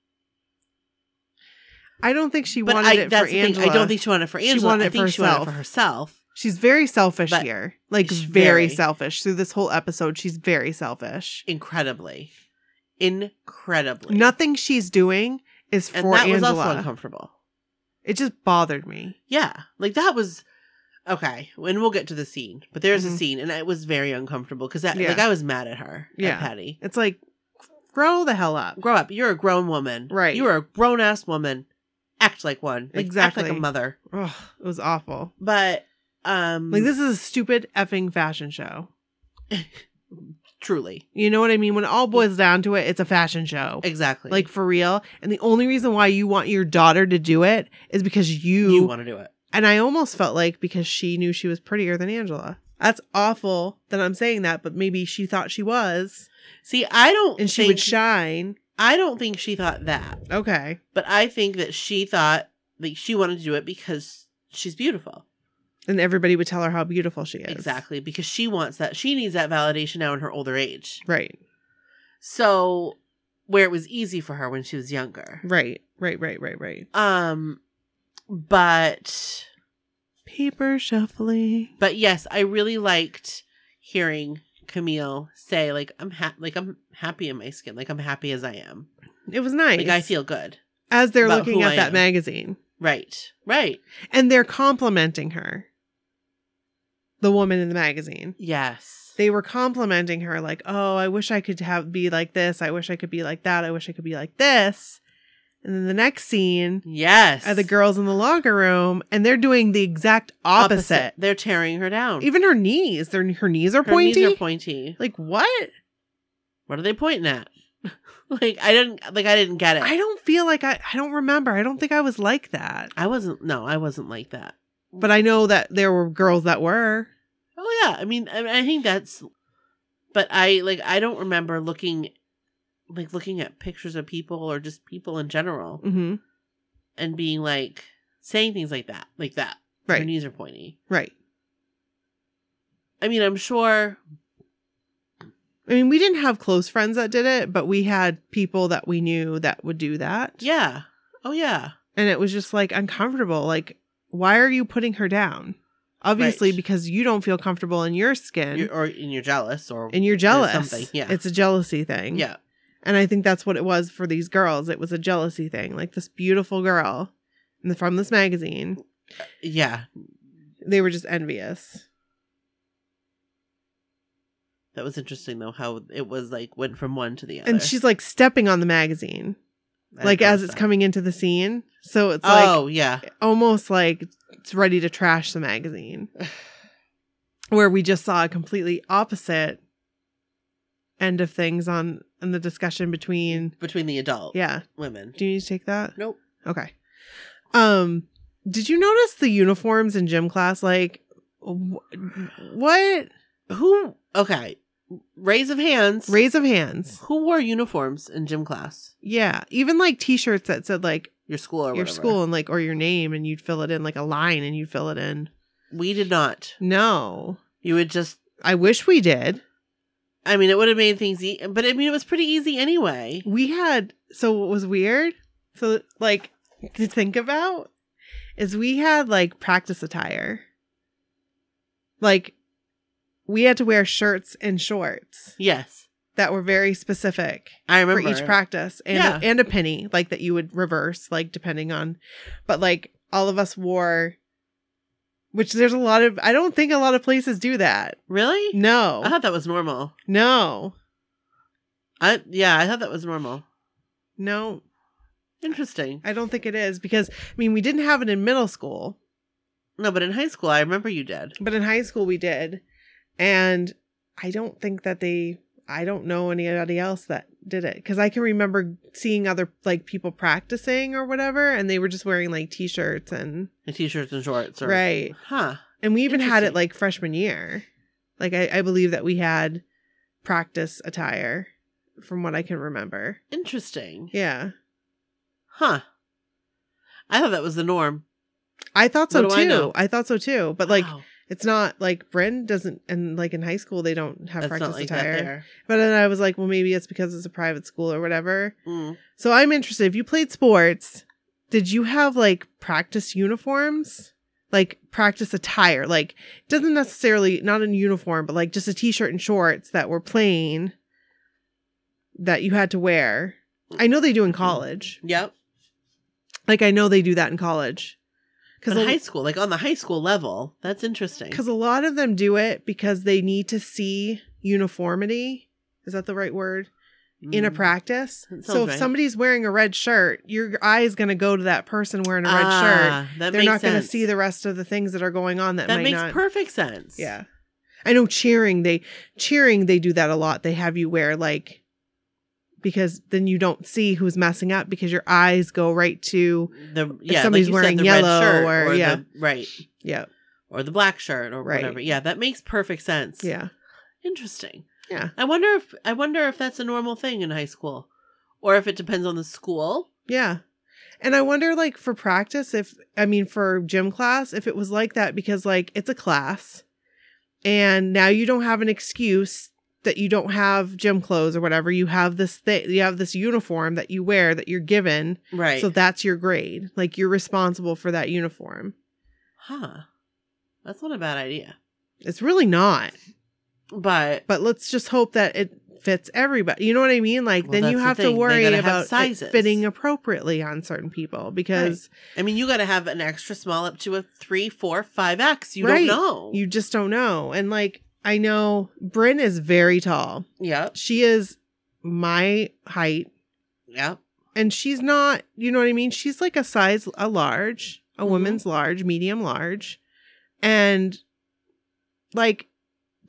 B: I don't think she
C: But
B: wanted
C: I
B: it
C: that's
B: for
C: the
B: Angela.
C: thing. I don't think she wanted it for
B: She
C: Angela.
B: wanted
C: I
B: it
C: think
B: for
C: she wanted it
B: herself.
C: for herself.
B: She's very selfish
C: But
B: here. Like
C: she's
B: very,
C: very-
B: selfish. Through this whole episode, she's very selfish.
C: Incredibly. Incredibly.
B: Nothing she's doing is
C: And
B: for
C: that
B: Angela.
C: was also uncomfortable.
B: it just bothered me.
C: Yeah. Like that was okay. And we'll get to the scene, but there's a
B: Mhm.
C: scene, and it was very uncomfortable because
B: Yeah.
C: like I was mad at her, yeah,
B: Yeah.
C: Patty.
B: It's like grow the hell up.
C: Grow up. You're a grown woman,
B: Right.
C: You are a grown ass woman. Act like one. Like, Act like
B: Exactly.
C: a mother.
B: Ugh, it was awful.
C: But um,
B: Like this is a stupid effing fashion show.
C: truly
B: You know what I mean? When it all boils down to it, it's a fashion show.
C: exactly
B: Like for real. And the only reason why you want your daughter to do it is because you,
C: you want to do it.
B: And I almost felt like because she knew she was prettier than Angela. That's awful that I'm saying that, but maybe she thought she was
C: See, I don't
B: and she
C: think,
B: would shine.
C: I don't think she thought that,
B: Okay.
C: but I think that she thought like she wanted to do it because she's beautiful.
B: And everybody would tell her how beautiful she is.
C: Exactly, because she wants that. She needs that validation now in her older age.
B: Right.
C: So where it was easy for her when she was younger.
B: Right. Right. Right. Right. Right.
C: Um but
B: Paper shuffling.
C: but yes, I really liked hearing Camille say like I'm ha- like I'm happy in my skin, like I'm happy as I am.
B: It was nice.
C: Like I feel good.
B: as they're
C: about
B: looking
C: who
B: at
C: I
B: that
C: am.
B: magazine
C: Right. Right.
B: and they're complimenting her. The woman in the magazine.
C: Yes.
B: They were complimenting her like, "Oh, I wish I could have be like this. I wish I could be like that. I wish I could be like this." And then the next scene
C: yes.
B: are the girls in the locker room and they're doing the exact opposite.
C: They're tearing her down.
B: Even her knees, their her knees are
C: her knees
B: pointy.
C: are pointy.
B: like what?
C: What are they pointing at? like I didn't like I didn't get it.
B: I don't feel like I I don't remember. I don't think I was like that.
C: I wasn't no, I wasn't like that.
B: But I know that there were girls that were.
C: Oh yeah, I mean, I, I think that's, but I like I don't remember looking, like looking at pictures of people or just people in general
B: Mhm.
C: and being like saying things like that, like that. Her
B: Right.
C: knees are pointy.
B: Right.
C: I mean, I'm sure.
B: I mean, we didn't have close friends that did it, but we had people that we knew that would do that.
C: Yeah. Oh yeah.
B: And it was just like uncomfortable. Like, why are you putting her down? Obviously,
C: Right.
B: because you don't feel comfortable in your skin
C: You're, or and you're jealous or
B: and you're jealous.
C: something, yeah.
B: It's a jealousy thing.
C: yeah.
B: And I think that's what it was for these girls. It was a jealousy thing. Like this beautiful girl in the- from this magazine,
C: Yeah.
B: they were just envious.
C: That was interesting though how it was like went from one to the other.
B: And she's like stepping on the magazine,
C: I
B: like as
C: noticed
B: it's
C: that.
B: coming into the scene. So it's
C: Oh yeah.
B: like almost like it's ready to trash the magazine. Where we just saw a completely opposite end of things on in the discussion between
C: Between the adult
B: yeah.
C: women.
B: Do you need to take that?
C: Nope.
B: Okay. Um, did you notice the uniforms in gym class? Like, wh- what?
C: Who? Okay. Raise of hands.
B: Raise of hands.
C: Who wore uniforms in gym class?
B: Yeah, even like T-shirts that said like
C: Your school or
B: your
C: whatever.
B: school and like or your name, and you'd fill it in like a line, and you'd fill it in.
C: We did not.
B: No,
C: You would just.
B: I wish we did.
C: I mean, it would have made things. E- but I mean, it was pretty easy anyway.
B: We had so what was weird. So like to think about is we had like practice attire. Like we had to wear shirts and shorts.
C: Yes,
B: that were very specific
C: I
B: for
C: remember
B: each practice and
C: Yeah.
B: a, and a penny like that you would reverse like depending on but like all of us wore which there's a lot of I don't think a lot of places do that.
C: Really?
B: No.
C: I thought that was normal.
B: No.
C: I yeah, I thought that was normal.
B: No.
C: Interesting.
B: I don't think it is because I mean we didn't have it in middle school,
C: No, but in high school, I remember you did.
B: but in high school we did. And I don't think that they I don't know anybody else that did it cuz I can remember seeing other like people practicing or whatever and they were just wearing like t-shirts and
C: The t-shirts and shorts, or,
B: Right.
C: Huh.
B: And we even had it
C: Interesting.
B: like freshman year. Like I, I believe that we had practice attire from what I can remember.
C: Interesting.
B: Yeah.
C: Huh. I thought that was the norm.
B: I thought so
C: What do I
B: too.
C: know?
B: I, thought so too. But like
C: Wow.
B: it's not like Bryn doesn't and like in high school they don't have
C: that's
B: practice
C: not like
B: attire.
C: that there.
B: But then I was like, well maybe it's because it's a private school or whatever.
C: Mm.
B: So I'm interested. If you played sports, did you have like practice uniforms? Like practice attire? Like doesn't necessarily not in uniform, but like just a t-shirt and shorts that were plain that you had to wear. I know they do in college.
C: Yep.
B: Like I know they do that in college.
C: Because
B: Cuz
C: high school, like on the high school level, that's interesting.
B: cuz a lot of them do it because they need to see uniformity. Is that the right word? in a
C: Mm.
B: practice.
C: That
B: So
C: sounds
B: if
C: right.
B: somebody's wearing a red shirt, your eye is going to go to that person wearing a red shirt.
C: Ah, That
B: They're
C: makes
B: not going to
C: sense.
B: see the rest of the things that are going on that,
C: That
B: might
C: makes
B: not.
C: perfect sense.
B: yeah, I know cheering. They cheering. They do that a lot. They have you wear like because then you don't see who's messing up because your eyes go right to
C: The yeah,
B: somebody's
C: like you
B: wearing
C: said, the
B: yellow
C: red shirt
B: or- yeah.
C: the, right
B: yeah
C: or the black shirt or
B: Right.
C: whatever. Yeah, that makes perfect sense.
B: yeah
C: Interesting.
B: Yeah.
C: I wonder if I wonder if that's a normal thing in high school. Or if it depends on the school.
B: yeah. And I wonder, like, for practice, if I mean, for gym class, if it was like that because, like, it's a class and now you don't have an excuse that you don't have gym clothes or whatever. You have this thing, you have this uniform that you wear that you're given.
C: Right.
B: So that's your grade. Like, you're responsible for that uniform.
C: huh. That's not a bad idea.
B: It's really not,
C: But
B: but let's just hope that it fits everybody. You know what I mean? Like,
C: Well,
B: then
C: that's
B: you
C: the
B: have to
C: thing. They
B: worry
C: gotta have
B: about it
C: sizes.
B: fitting appropriately on certain people because.
C: I mean you gotta have an extra small up to a three, four, five X. You
B: Right.
C: don't know.
B: You just don't know. And like, I know Bryn is very tall.
C: Yep.
B: She is my height,
C: Yep.
B: and she's not, you know what I mean? She's like a size, a large, a
C: Mhm.
B: woman's large, medium large. And like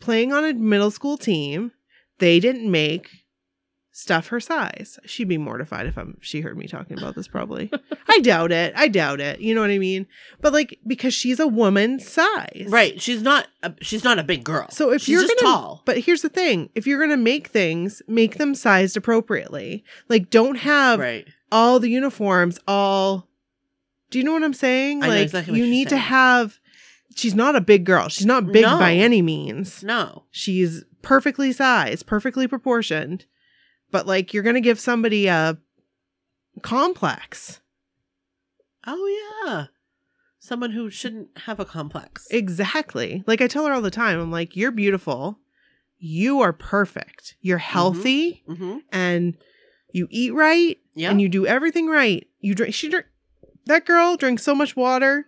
B: playing on a middle school team, they didn't make stuff her size. She'd be mortified if I'm she heard me talking about this probably. I doubt it. I doubt it. You know what I mean? But like because she's a woman's size.
C: Right. She's not a, she's not a big girl.
B: So if
C: she's
B: you're
C: just
B: gonna-
C: tall.
B: But here's the thing if you're going to make things, make them sized appropriately. Like, don't have
C: right.
B: all the uniforms, all. Do you know what I'm saying?
C: I know
B: like,
C: exactly what
B: you
C: you're
B: need to
C: saying.
B: have she's not a big girl. She's not big
C: No.
B: by any means.
C: No.
B: She's perfectly sized, perfectly proportioned. But like you're going to give somebody a complex.
C: Oh yeah. Someone who shouldn't have a complex.
B: Exactly. Like I tell her all the time, I'm like you're beautiful. You are perfect. You're healthy
C: mm-hmm.
B: and you eat right
C: Yeah.
B: and you do everything right. You drink. She drink. That girl drinks so much water.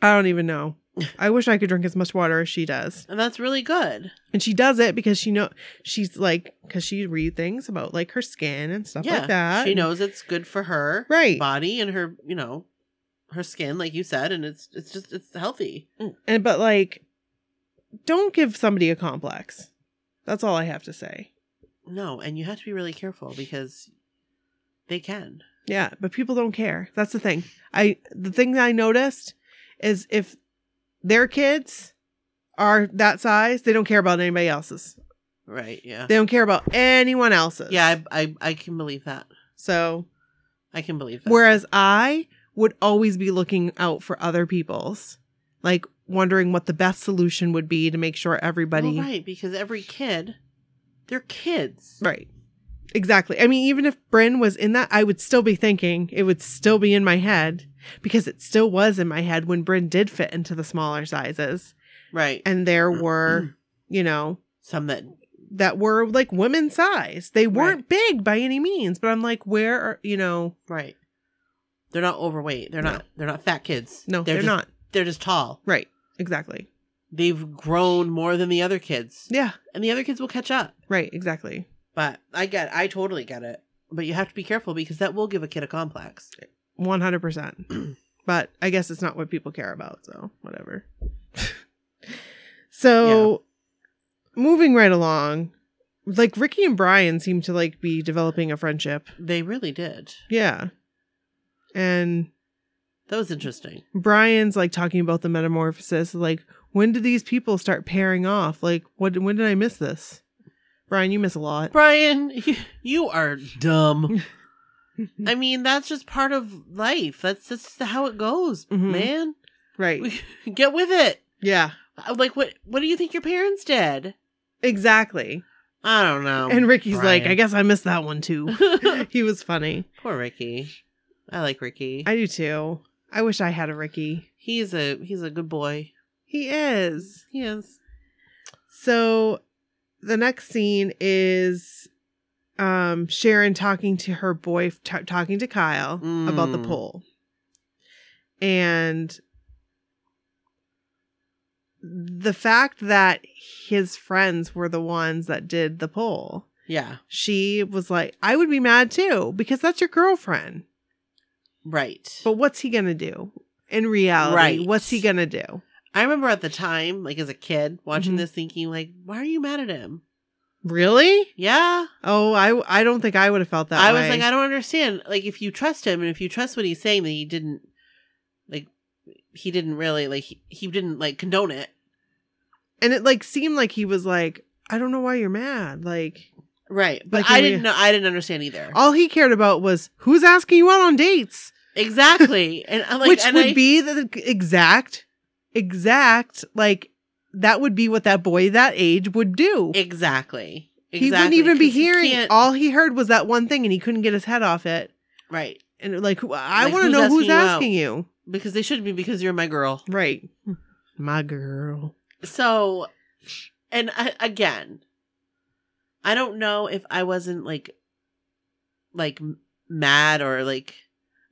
B: I don't even know. I wish I could drink as much water as she does.
C: and that's really good.
B: And she does it because she know she's like because she read things about like her skin and stuff
C: yeah.
B: like that.
C: She knows it's good for her
B: right?
C: body and her, you know, her skin, like you said, and it's it's just it's healthy.
B: And but like, don't give somebody a complex. That's all I have to say.
C: No, and you have to be really careful because they can.
B: Yeah, but people don't care. That's the thing. I the thing that I noticed is if their kids are that size, they don't care about anybody else's.
C: Right, yeah.
B: They don't care about anyone else's.
C: Yeah, I, I I can believe that.
B: So
C: I can believe that.
B: whereas I would always be looking out for other people's, like wondering what the best solution would be to make sure
C: Well,
B: everybody
C: Oh, right, because every kid, they're kids.
B: Right. Exactly. I mean, even if Bryn was in that, I would still be thinking it would still be in my head because it still was in my head when Bryn did fit into the smaller sizes.
C: Right.
B: And there
C: Mm-hmm.
B: were, you know,
C: Some that
B: that were like women size. They weren't big by any means, but I'm like, where are, you know,
C: right. They're not overweight. They're
B: No.
C: not they're not fat kids.
B: no, they're,
C: just-
B: not.
C: They're just tall.
B: Right. Exactly.
C: They've grown more than the other kids.
B: Yeah.
C: And the other kids will catch up.
B: Right. Exactly.
C: But I get I totally get it. But you have to be careful because that will give a kid a complex.
B: 100%. but I guess it's not what people care about. So, whatever. so, moving right along, like Ricky and Brian seem to like be developing a friendship.
C: They really did.
B: Yeah. And
C: That was interesting.
B: Brian's like talking about the metamorphosis. Like, when did these people start pairing off? Like, what? When did I miss this? Brian, you miss a lot.
C: Brian, you, you are dumb. I mean, that's just part of life. That's just how it goes,
B: Mhm.
C: man.
B: Right.
C: Get with it.
B: yeah.
C: I'm Like, what? What do you think your parents did?
B: Exactly.
C: I don't know.
B: and Ricky's like,
C: Um, Brian.
B: I guess I missed that one too. he was funny.
C: Poor Ricky. I like Ricky.
B: I do too. I wish I had a Ricky.
C: he's a he's a good boy.
B: He is.
C: He is.
B: So the next scene is um Sharon talking to her boy t- talking to Kyle about the
C: Mm.
B: poll. And the fact that his friends were the ones that did the poll.
C: Yeah.
B: She was like, I would be mad too because that's your girlfriend.
C: Right.
B: But what's he going to do? In reality,
C: Right.
B: what's he going to do?
C: I remember at the time, like as a kid, watching
B: Mhm.
C: this, thinking like, why are you mad at him?
B: Really?
C: Yeah.
B: Oh, I I don't think I would have felt that
C: I was
B: way.
C: like, I don't understand. Like, if you trust him and if you trust what he's saying, that he didn't, like, he didn't really like he, he didn't like condone it.
B: and it like seemed like he was like, I don't know why you're mad. Like
C: Right. But
B: Like,
C: I
B: we-
C: didn't know. I didn't understand either.
B: all he cared about was who's asking you out on dates,
C: exactly. And I'm like,
B: which
C: and
B: would
C: I-
B: be the exact, exact like that would be what that boy that age would do.
C: exactly. E-, Exactly.
B: He wouldn't even be
C: 'Cause he
B: hearing.
C: can't-
B: all he heard was that one thing, and he couldn't get his head off it.
C: right.
B: And like, who- I
C: Like,
B: want to
C: who's
B: know who's asking
C: asking
B: you,
C: Because they should be because you're my girl.
B: right? My girl.
C: So, and I, again, I don't know if I wasn't like, like m- mad or like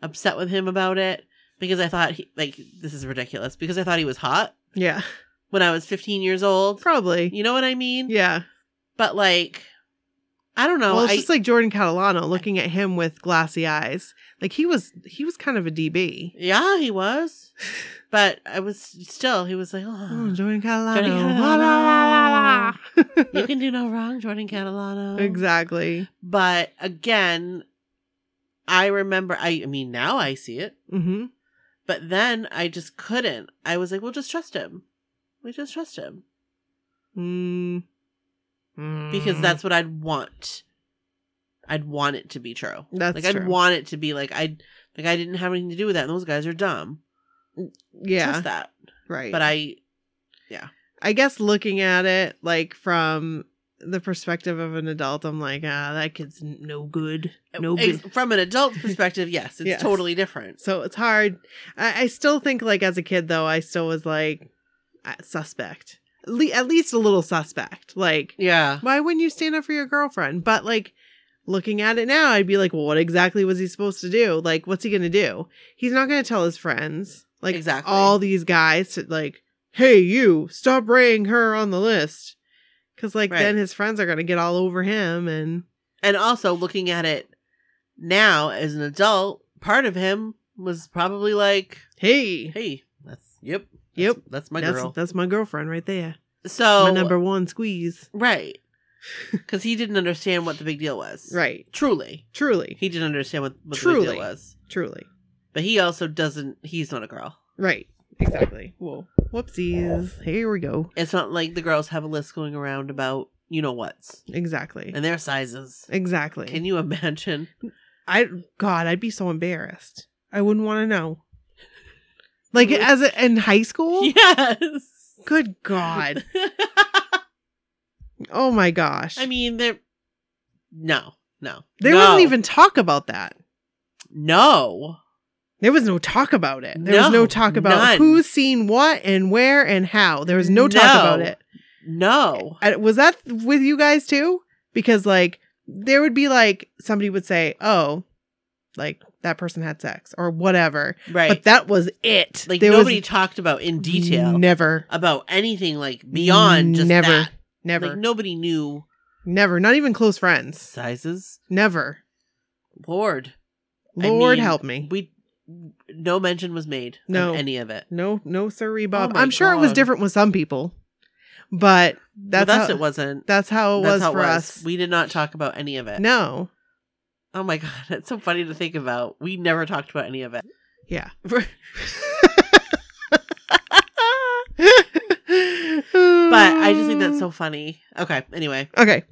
C: upset with him about it because I thought he like this is ridiculous because I thought he was hot
B: Yeah,
C: when I was 15 years old.
B: probably.
C: You know what I mean?
B: Yeah.
C: But like, I don't know.
B: well, it's
C: I,
B: just like Jordan Catalano looking at him with glassy eyes. Like he was, he was kind of a DB.
C: yeah, he was, but I was still. He was like,
B: Oh,
C: oh,
B: Jordan Catalano.
C: Jordan
B: la, la, la, la,
C: you can do no wrong, Jordan Catalano.
B: la. exactly.
C: But again, I remember. I, I mean, now I see it.
B: hmm
C: But then I just couldn't. I was like, well, just trust him. We just trust him
B: Mm. Mm.
C: because that's what I'd want. I'd want it to be true.
B: That's
C: like I'd
B: true.
C: want it to be like I like I didn't have anything to do with that. And those guys are dumb.
B: yeah,
C: Trust that.
B: right.
C: But I
B: I guess looking at it like from the perspective of an adult, I'm like, ah, that kid's n- no good, no
C: ex-
B: good.
C: from an adult perspective, yes, it's
B: Yes.
C: totally different.
B: So it's hard. I, I still think like as a kid though, I still was like uh, suspect, Le- at least a little suspect. Like,
C: Yeah.
B: why wouldn't you stand up for your girlfriend? But like looking at it now, I'd be like, well, what exactly was he supposed to do? Like, what's he gonna do? He's not gonna tell his friends. Like
C: Exactly.
B: all these guys to like, hey, you, stop rating her on the list. Cause like
C: Right.
B: then his friends are gonna get all over him and
C: And also looking at it now as an adult, part of him was probably like,
B: hey,
C: "Hey, that's yep, that's-
B: Yep.
C: that's my
B: that's
C: girl." Oh,
B: that's my girlfriend right there.
C: so
B: my number one squeeze.
C: right, because he didn't understand what the big deal was.
B: Right.
C: Truly,
B: Truly.
C: he didn't understand what, what the big
B: Truly.
C: deal was.
B: Truly.
C: But he also doesn't. He's not a girl.
B: Right. Exactly. Whoa. Whoopsies. Here we go.
C: It's not like the girls have a list going around about you know what's
B: Exactly.
C: and their sizes.
B: Exactly.
C: Can you imagine?
B: I God, I'd be so embarrassed. I wouldn't want to know. Like as a, in high school?
C: Yes.
B: Good God. Oh my gosh.
C: I mean, there. No, no.
B: there
C: no,
B: wasn't even talk about that.
C: No.
B: There was no talk about it. There was
C: No,
B: no talk about
C: none.
B: who's seen what and where and how. There was no talk
C: No.
B: about it.
C: No.
B: I- was that with you guys too? Because like there would be like somebody would say, "Oh, like that person had sex or whatever,"
C: Right.
B: but that was it.
C: like,
B: There was
C: nobody talked about in detail
B: Never
C: about anything, like, beyond just
B: never,
C: that.
B: never,
C: Like, nobody knew
B: never. Not even close friends.
C: sizes.
B: Never.
C: Lord. I
B: Lord
C: mean,
B: help me.
C: We. No mention was made
B: No.
C: of any of it.
B: No, no, sirree, Bob.
C: Oh my
B: I'm sure it was
C: God.
B: different with some people, but
C: That's
B: that's
C: well, thus
B: how
C: it wasn't.
B: That's how it
C: That's
B: was
C: how
B: for us.
C: We did not talk about any of it.
B: no,
C: Oh my god, that's so funny to think about. We never talked about any of it.
B: yeah.
C: But
B: but
C: I just think that's so funny. Okay, anyway.
B: Okay.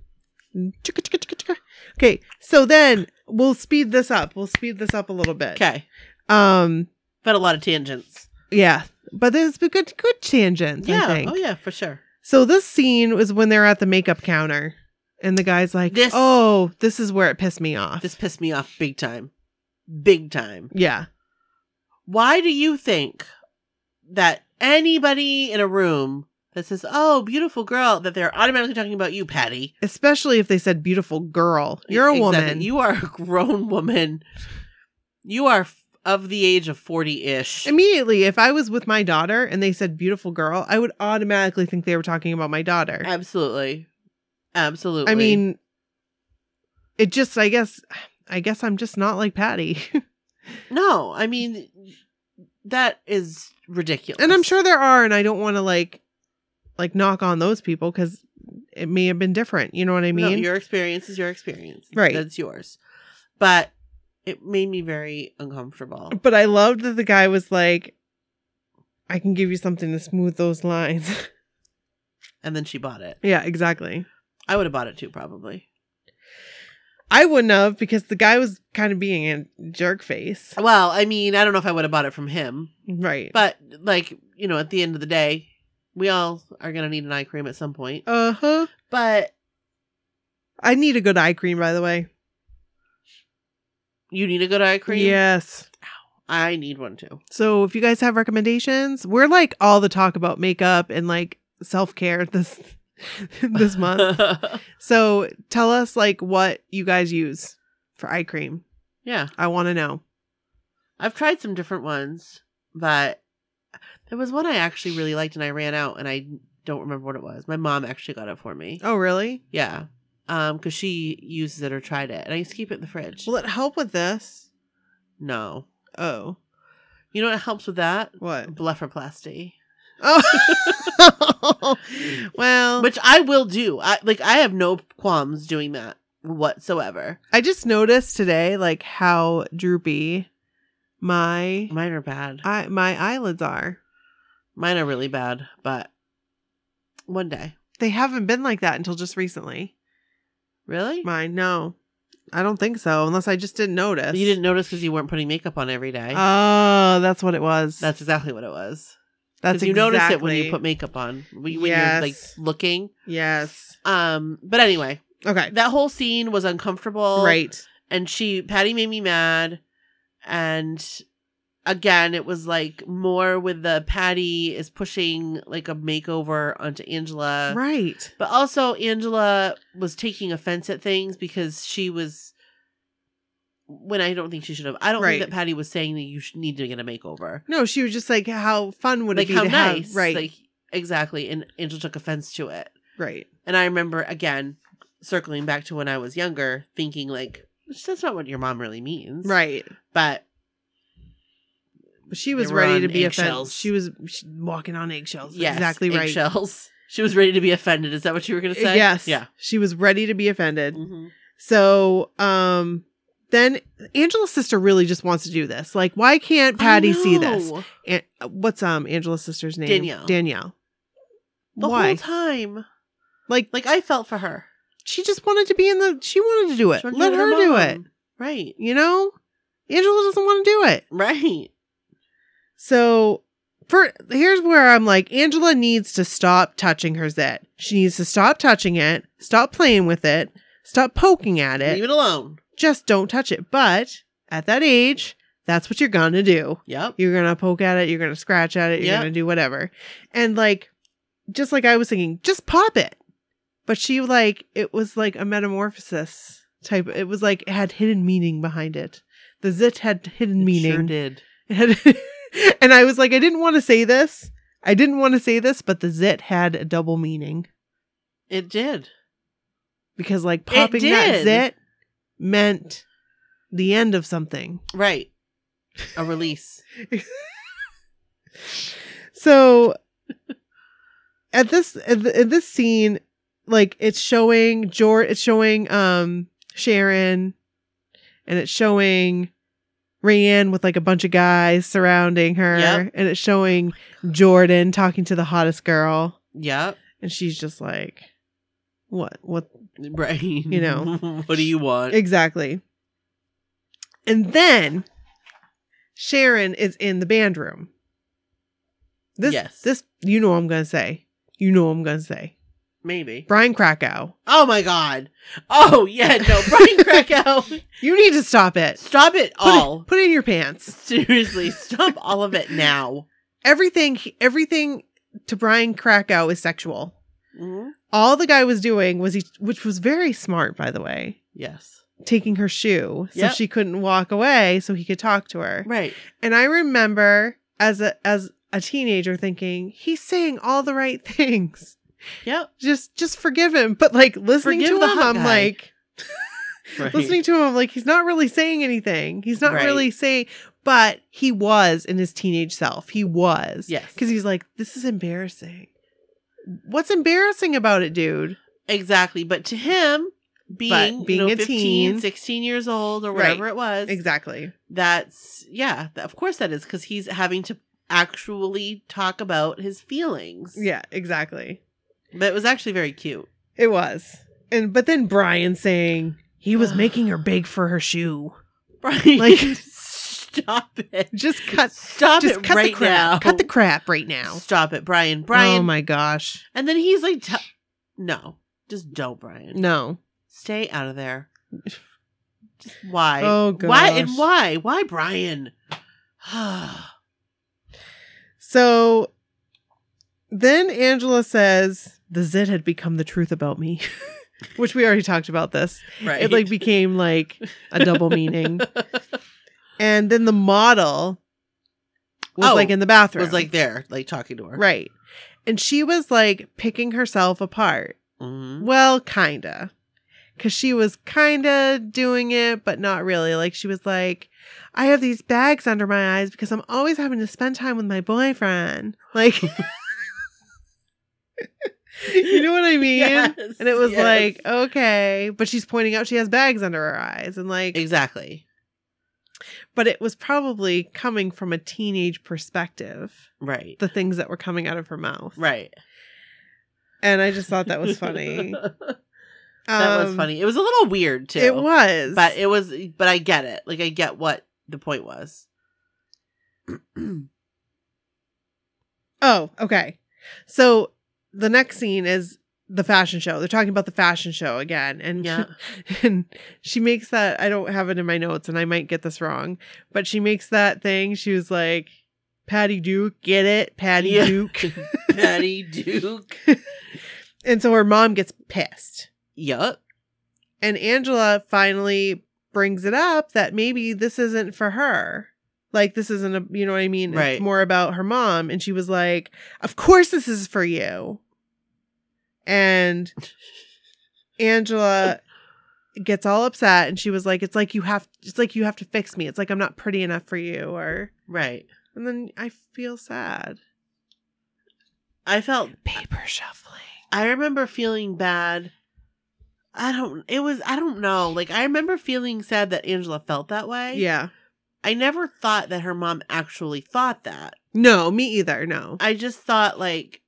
B: Chicka, chicka, chicka, chicka. Okay. So then we'll speed this up. We'll speed this up a little bit.
C: Okay.
B: Um.
C: But a lot of tangents.
B: Yeah. But there's been good, good tangents. I
C: Yeah.
B: think.
C: Oh yeah, for sure.
B: So this scene was when they're at the makeup counter, and the guy's like,
C: This-
B: "Oh, this is where it pissed me off."
C: This pissed me off big time. Big time.
B: yeah.
C: Why do you think that anybody in a room that says, "Oh, beautiful girl," that they're automatically talking about you,
B: E,
C: Patty?
B: Especially if they said "beautiful girl," you're a
C: Exactly.
B: woman.
C: You are a grown woman. You are f- of the age of 40-ish.
B: Immediately, if I was with my daughter and they said "beautiful girl," I would automatically think they were talking about my daughter.
C: Absolutely. Absolutely.
B: I mean, it just, I guess, I guess I'm just not like Patty.
C: No, I mean that is ridiculous.
B: and I'm sure there are, and I don't want to like, like knock on those people because it may have been different. You know what I
C: No,
B: mean?
C: your experience is your experience.
B: Right.
C: That's yours. But it made me very uncomfortable.
B: but I loved that the guy was like, I can give you something to smooth those lines.
C: And then she bought it.
B: yeah, exactly.
C: I would have bought it too, probably.
B: I wouldn't have because the guy was kind of being a jerk face.
C: Well, I mean, I don't know if I would have bought it from him.
B: Right.
C: But like, you know, at the end of the day, we all are gonna need an eye cream at some point.
B: uh huh.
C: But
B: I need a good eye cream, by the way.
C: you need a good eye cream.
B: Yes.
C: I need one too.
B: So if you guys have recommendations, we're like all the talk about makeup and like self care this this month. So tell us like what you guys use for eye cream.
C: yeah.
B: I want to know.
C: I've tried some different ones, but there was one I actually really liked and I ran out and I don't remember what it was. My mom actually got it for me.
B: Oh really?
C: Yeah. Um, cause she uses it or tried it and I used to keep it in the fridge.
B: Will it help with this?
C: No.
B: Oh,
C: You know what helps with that?
B: what?
C: Blepharoplasty.
B: Oh, well.
C: Which I will do. I like I have no qualms doing that whatsoever.
B: I just noticed today like how droopy my
C: Mine are bad.
B: I, my eyelids are.
C: Mine are really bad, but one day.
B: They haven't been like that until just recently.
C: Really?
B: Mine, no. I don't think so, unless I just didn't notice.
C: Uh, You didn't notice because you weren't putting makeup on every day.
B: Oh, that's what it was.
C: That's exactly what it was.
B: That's
C: Because you notice it when you
B: exactly-
C: put makeup on, when when you're like
B: Yes.
C: looking.
B: Yes.
C: Um, but anyway,
B: Okay.
C: that whole scene was uncomfortable,
B: right.
C: And she Patty made me mad, and again, it was like more with the Patty is pushing like a makeover onto Angela,
B: Right.
C: but also Angela was taking offense at things because she was. When I don't think she should have. I don't
B: Right.
C: think that Patty was saying that you sh- need to get a makeover.
B: No, she was just like, how fun would
C: like
B: it be
C: how
B: to
C: nice,
B: have? Right.
C: Like exactly, and Angel took offense to it.
B: right.
C: And I remember again, circling back to when I was younger, thinking like that's not what your mom really means,
B: Right.
C: But
B: But she was
C: They were
B: ready
C: on
B: to be
C: eggshells.
B: offended. She was she- walking on eggshells.
C: yes,
B: exactly right. Uh,
C: Eggshells. She was ready to be offended. Is that what you were going to say?
B: Yes.
C: Yeah.
B: She was ready to be offended.
C: hmm
B: So, um, then Angela's sister really just wants to do this. Like, why can't Patty see this? An- what's um Angela's sister's name?
C: Danielle.
B: Danielle.
C: The
B: why?
C: whole time,
B: like,
C: like I felt for her.
B: she just wanted to be in the. She wanted to do it.
C: She wanted to
B: Let
C: be
B: her
C: with
B: do
C: mom.
B: it.
C: Right.
B: You know, Angela doesn't want to do it.
C: Right.
B: So, for here's where I'm like, Angela needs to stop touching her zit. She needs to stop touching it. Stop playing with it. Stop poking at it.
C: Leave it alone.
B: just don't touch it. But at that age, that's what you're gonna do.
C: Yep.
B: You're gonna poke at it, you're gonna scratch at it, you're
C: Yep.
B: gonna do whatever. And like just like I was thinking, just pop it. But she like it was like a metamorphosis type it was like it had hidden meaning behind it. The zit had hidden meaning.
C: Sure did.
B: It had- and I was like, I didn't want to say this. I didn't want to say this, but the zit had a double meaning
C: It did.
B: because like popping that
C: did.
B: zit meant the end of something.
C: Right. A release.
B: So at this at, th- at this scene, like it's showing Jor, it's showing um Sharon, and it's showing Rayanne with like a bunch of guys surrounding her,
C: Yep.
B: and it's showing Jordan talking to the hottest girl,
C: yep.
B: and she's just like, "What? What
C: Right. You
B: know.
C: what do you want?
B: exactly?" And then Sharon is in the band room. This,
C: Yes.
B: this, you know, what I'm gonna say. You know, what I'm gonna say.
C: Maybe.
B: Brian Krakow,
C: Oh my god. Oh yeah, no, Brian Krakow.
B: you need to stop it.
C: Stop it
B: Put it-
C: all.
B: put it in your pants.
C: Seriously, stop all of it now.
B: Everything, everything to Brian Krakow is sexual. All the guy was doing was he, which was very smart, by the way,
C: Yes.
B: taking her shoe so
C: Yep.
B: she couldn't walk away, so he could talk to her.
C: Right.
B: And I remember as a as a teenager thinking he's saying all the right things.
C: Yep.
B: Just just forgive him. But like listening
C: Forgive
B: to
C: the
B: him,
C: hot
B: I'm
C: guy.
B: like,
C: Right.
B: listening to him, I'm like, he's not really saying anything. He's not
C: Right.
B: really saying, but he was in his teenage self. He was.
C: Yes.
B: Because he's like, this is embarrassing. What's embarrassing about it, dude?
C: Exactly. But to him, being,
B: being
C: you know,
B: a
C: 15,
B: teen-
C: 16 years old or
B: Right.
C: whatever it was.
B: Exactly.
C: That's yeah, th- of course that is cuz he's having to actually talk about his feelings.
B: Yeah, exactly.
C: But it was actually very cute.
B: It was. And but then Brian saying he was making her beg for her shoe.
C: Brian,
B: Like-
C: stop it.
B: Just cut
C: Stop
B: just
C: it
B: cut
C: right
B: the crap.
C: now.
B: Cut the crap right now.
C: Stop it, Brian. Brian,
B: Oh my gosh.
C: And then he's like, t- no, just don't, Brian.
B: No.
C: Stay out of there. Just why?
B: Oh,
C: Why and
B: gosh.
C: why? Why, Brian?
B: So then Angela says the zit had become the truth about me, which we already talked about this.
C: right.
B: It like became like a double meaning. And then the model was
C: Oh,
B: like in the bathroom.
C: was like there, like talking to her.
B: right. And she was like picking herself apart.
C: Mhm.
B: Well, kinda. Cause she was kinda doing it, but not really. Like she was like, I have these bags under my eyes because I'm always having to spend time with my boyfriend. Like You know what I mean?
C: Yes,
B: And it was
C: yes.
B: like, okay. But she's pointing out she has bags under her eyes. And like
C: exactly.
B: but it was probably coming from a teenage perspective,
C: Right.
B: the things that were coming out of her mouth.
C: right.
B: And I just thought that was funny.
C: that was
B: Um,
C: funny. It was a little weird too.
B: It was.
C: But it was. But I get it. Like I get what the point was.
B: Oh, okay. So the next scene is the fashion show. They're talking about the fashion show again, and
C: Yeah.
B: and she makes that. I don't have it in my notes, and I might get this wrong, but she makes that thing. She was like, "Patty Duke, get it, Patty
C: Yeah.
B: Duke,"
C: Patty Duke.
B: and so her mom gets pissed.
C: Yup.
B: And Angela finally brings it up that maybe this isn't for her. Like this isn't a you know what I mean?
C: Right.
B: It's more about her mom. And she was like, Of course this is for you. And Angela gets all upset and she was like, It's like you have it's like you have to fix me. It's like I'm not pretty enough for you or
C: Right.
B: and then I feel sad.
C: I felt
B: Paper shuffling.
C: I remember feeling bad. I don't it was I don't know. Like I remember feeling sad that Angela felt that way.
B: Yeah.
C: I never thought that her mom actually thought that.
B: No, me either. No.
C: I just thought like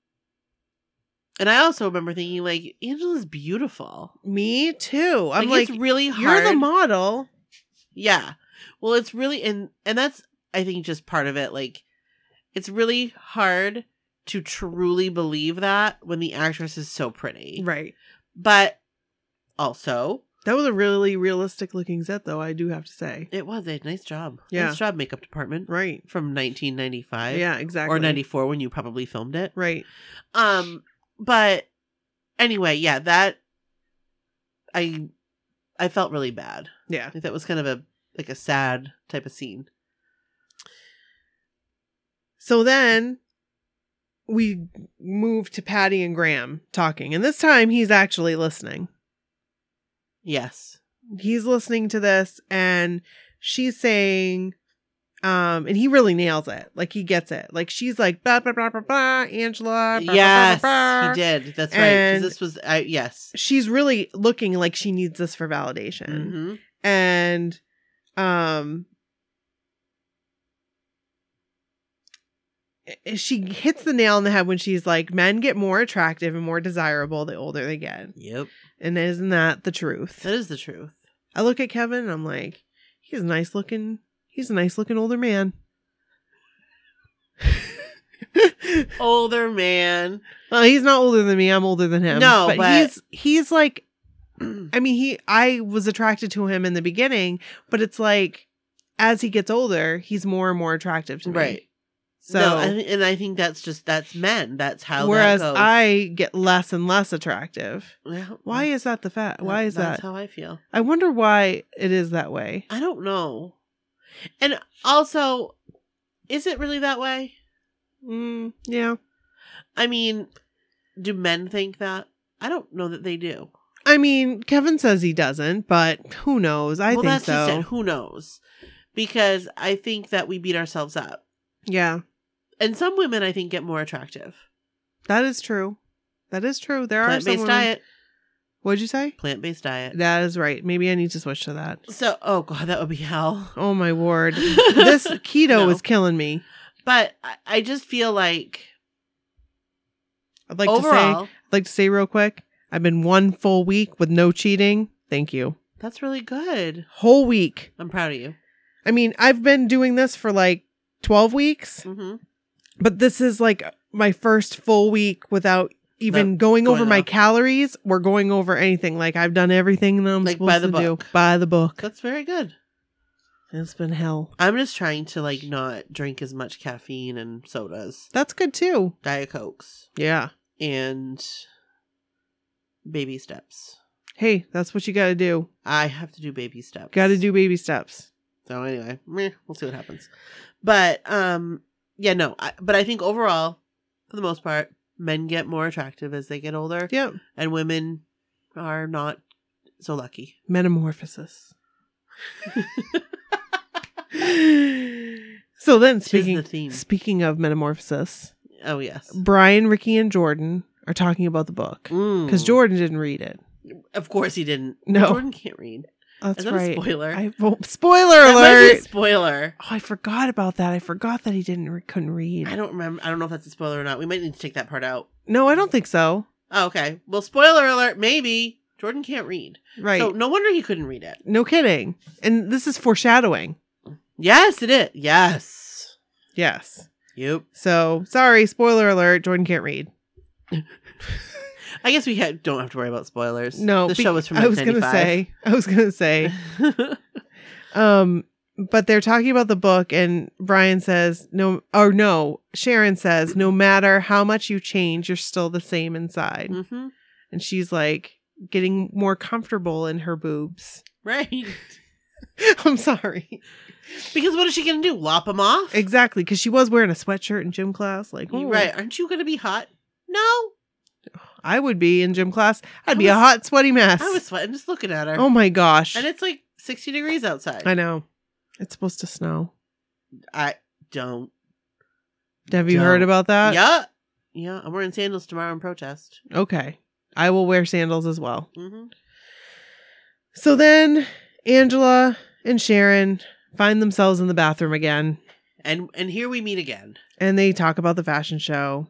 C: and I also remember thinking like Angela's beautiful.
B: me too. I'm
C: like,
B: like,
C: it's really hard.
B: you're the model.
C: Yeah. Well, it's really and and that's I think just part of it like it's really hard to truly believe that when the actress is so pretty.
B: Right.
C: But also,
B: That was a really realistic looking set, though, I do have to say.
C: it was a nice job.
B: Yeah.
C: Nice job makeup department
B: Right.
C: from 1995
B: Yeah, exactly.
C: or 94 when you probably filmed it.
B: Right.
C: Um but anyway, yeah, that I I felt really bad.
B: Yeah.
C: Like that was kind of a like a sad type of scene.
B: So then we move to Patty and Graham talking. And this time he's actually listening.
C: Yes.
B: He's listening to this and she's saying, um, and he really nails it. Like he gets it. Like she's like, blah, blah, blah, blah, blah, Angela. Blah,
C: Yes,
B: blah, blah, blah.
C: he did. That's right. 'cause
B: And-
C: This was I yes.
B: She's really looking like she needs this for validation.
C: Mhm.
B: and um i- eh, she hits the nail on the head when she's like men get more attractive and more desirable the older they get
C: Yep,
B: and isn't that the truth
C: that is the truth.
B: i look at kevin and i'm like he's a nice looking he's a nice looking older man
C: Older man.
B: well he's not older than me i'm older than him
C: No, but-
B: he's he's like i mean he i was attracted to him in the beginning but it's like as he gets older he's more and more attractive to me
C: right.
B: So
C: no, I thi- and I think that's just that's men. That's how.
B: whereas
C: that goes.
B: I get less and less attractive.
C: Well,
B: Why is that the fact? Why is
C: that's
B: that?
C: How I feel.
B: I wonder why it is that way.
C: I don't know. And also, is it really that way?
B: Mm, yeah.
C: I mean, do men think that? I don't know that they do.
B: I mean, Kevin says he doesn't, but who knows? I
C: well,
B: think
C: that's just it.
B: so.
C: Who knows? Because I think that we beat ourselves up,
B: Yeah,
C: and some women I think get more attractive.
B: that is true. That is true. There are
C: Plant
B: some
C: based
B: women-
C: diet.
B: What'd you say?
C: Plant based diet.
B: That is right. Maybe I need to switch to that.
C: So, oh god, that would be hell.
B: Oh my word, this keto
C: No.
B: is killing me.
C: But I, I just feel like,
B: I'd like to say,
C: overall,
B: I'd like to say real quick. I've been one full week with no cheating. Thank you.
C: that's really good.
B: Whole week.
C: I'm proud of you.
B: I mean, I've been doing this for like 12 weeks,
C: hmm
B: but this is like my first full week without even going,
C: going
B: over my
C: off.
B: calories or going over anything. Like I've done everything that I'm
C: Like,
B: supposed
C: by the
B: to do
C: book.
B: by the book.
C: That's very good.
B: It's been hell.
C: I'm just trying to like not drink as much caffeine and sodas,
B: That's good too.
C: diet cokes,
B: Yeah.
C: and baby steps.
B: Hey, that's what you got to do.
C: I have to do baby steps.
B: Got to do baby steps.
C: So anyway, meh, we'll see what happens. But um, yeah, no. I, but I think overall, for the most part, men get more attractive as they get older.
B: Yep.
C: and women are not so lucky.
B: Metamorphosis. so then
C: Speaking
B: speaking
C: the theme.
B: speaking of metamorphosis,
C: Oh yes,
B: Brian, Ricky and Jordan are talking about the book. because
C: Mm.
B: Jordan didn't read it.
C: of course, he didn't.
B: No.
C: Jordan can't read.
B: That's
C: Is that
B: right.
C: a spoiler?
B: I, well, spoiler
C: That might be a
B: alert!
C: spoiler.
B: Oh, I forgot about that. I forgot that he didn't re- couldn't read.
C: I don't remember. I don't know if that's a spoiler or not. We might need to take that part out.
B: no, I don't think so.
C: Oh, okay. Well, spoiler alert. Maybe Jordan can't read.
B: Right?
C: So no wonder he couldn't read it.
B: no kidding. And this is foreshadowing.
C: Yes, it is. Yes.
B: Yes.
C: Yep.
B: So sorry, spoiler alert. Jordan can't read.
C: I guess we ha- don't have to worry about spoilers.
B: No,
C: the
B: be-
C: show was from
B: I was gonna
C: 1995.
B: say. I was gonna say. Um, but they're talking about the book, and Brian says, "No, or no." Sharon says, "No matter how much you change, you're still the same inside."
C: mm-hmm.
B: And she's like getting more comfortable in her boobs.
C: Right.
B: I'm sorry,
C: Because what is she gonna do? Lop them off?
B: exactly, because she was wearing a sweatshirt in gym class. Like,
C: You
B: ooh,
C: Right. Aren't you gonna be hot? No.
B: I would be in gym class. I'd
C: I
B: be a
C: was-
B: hot, sweaty mess.
C: I was sweating just looking at her.
B: oh my gosh!
C: and it's like 60 degrees outside.
B: I know it's supposed to snow.
C: I don't.
B: Have you
C: Don't.
B: heard about that?
C: yeah. Yeah. I'm wearing sandals tomorrow in protest.
B: Okay, I will wear sandals as well.
C: hmm
B: So then Angela and Sharon find themselves in the bathroom again
C: And and here we meet again.
B: and they talk about the fashion show.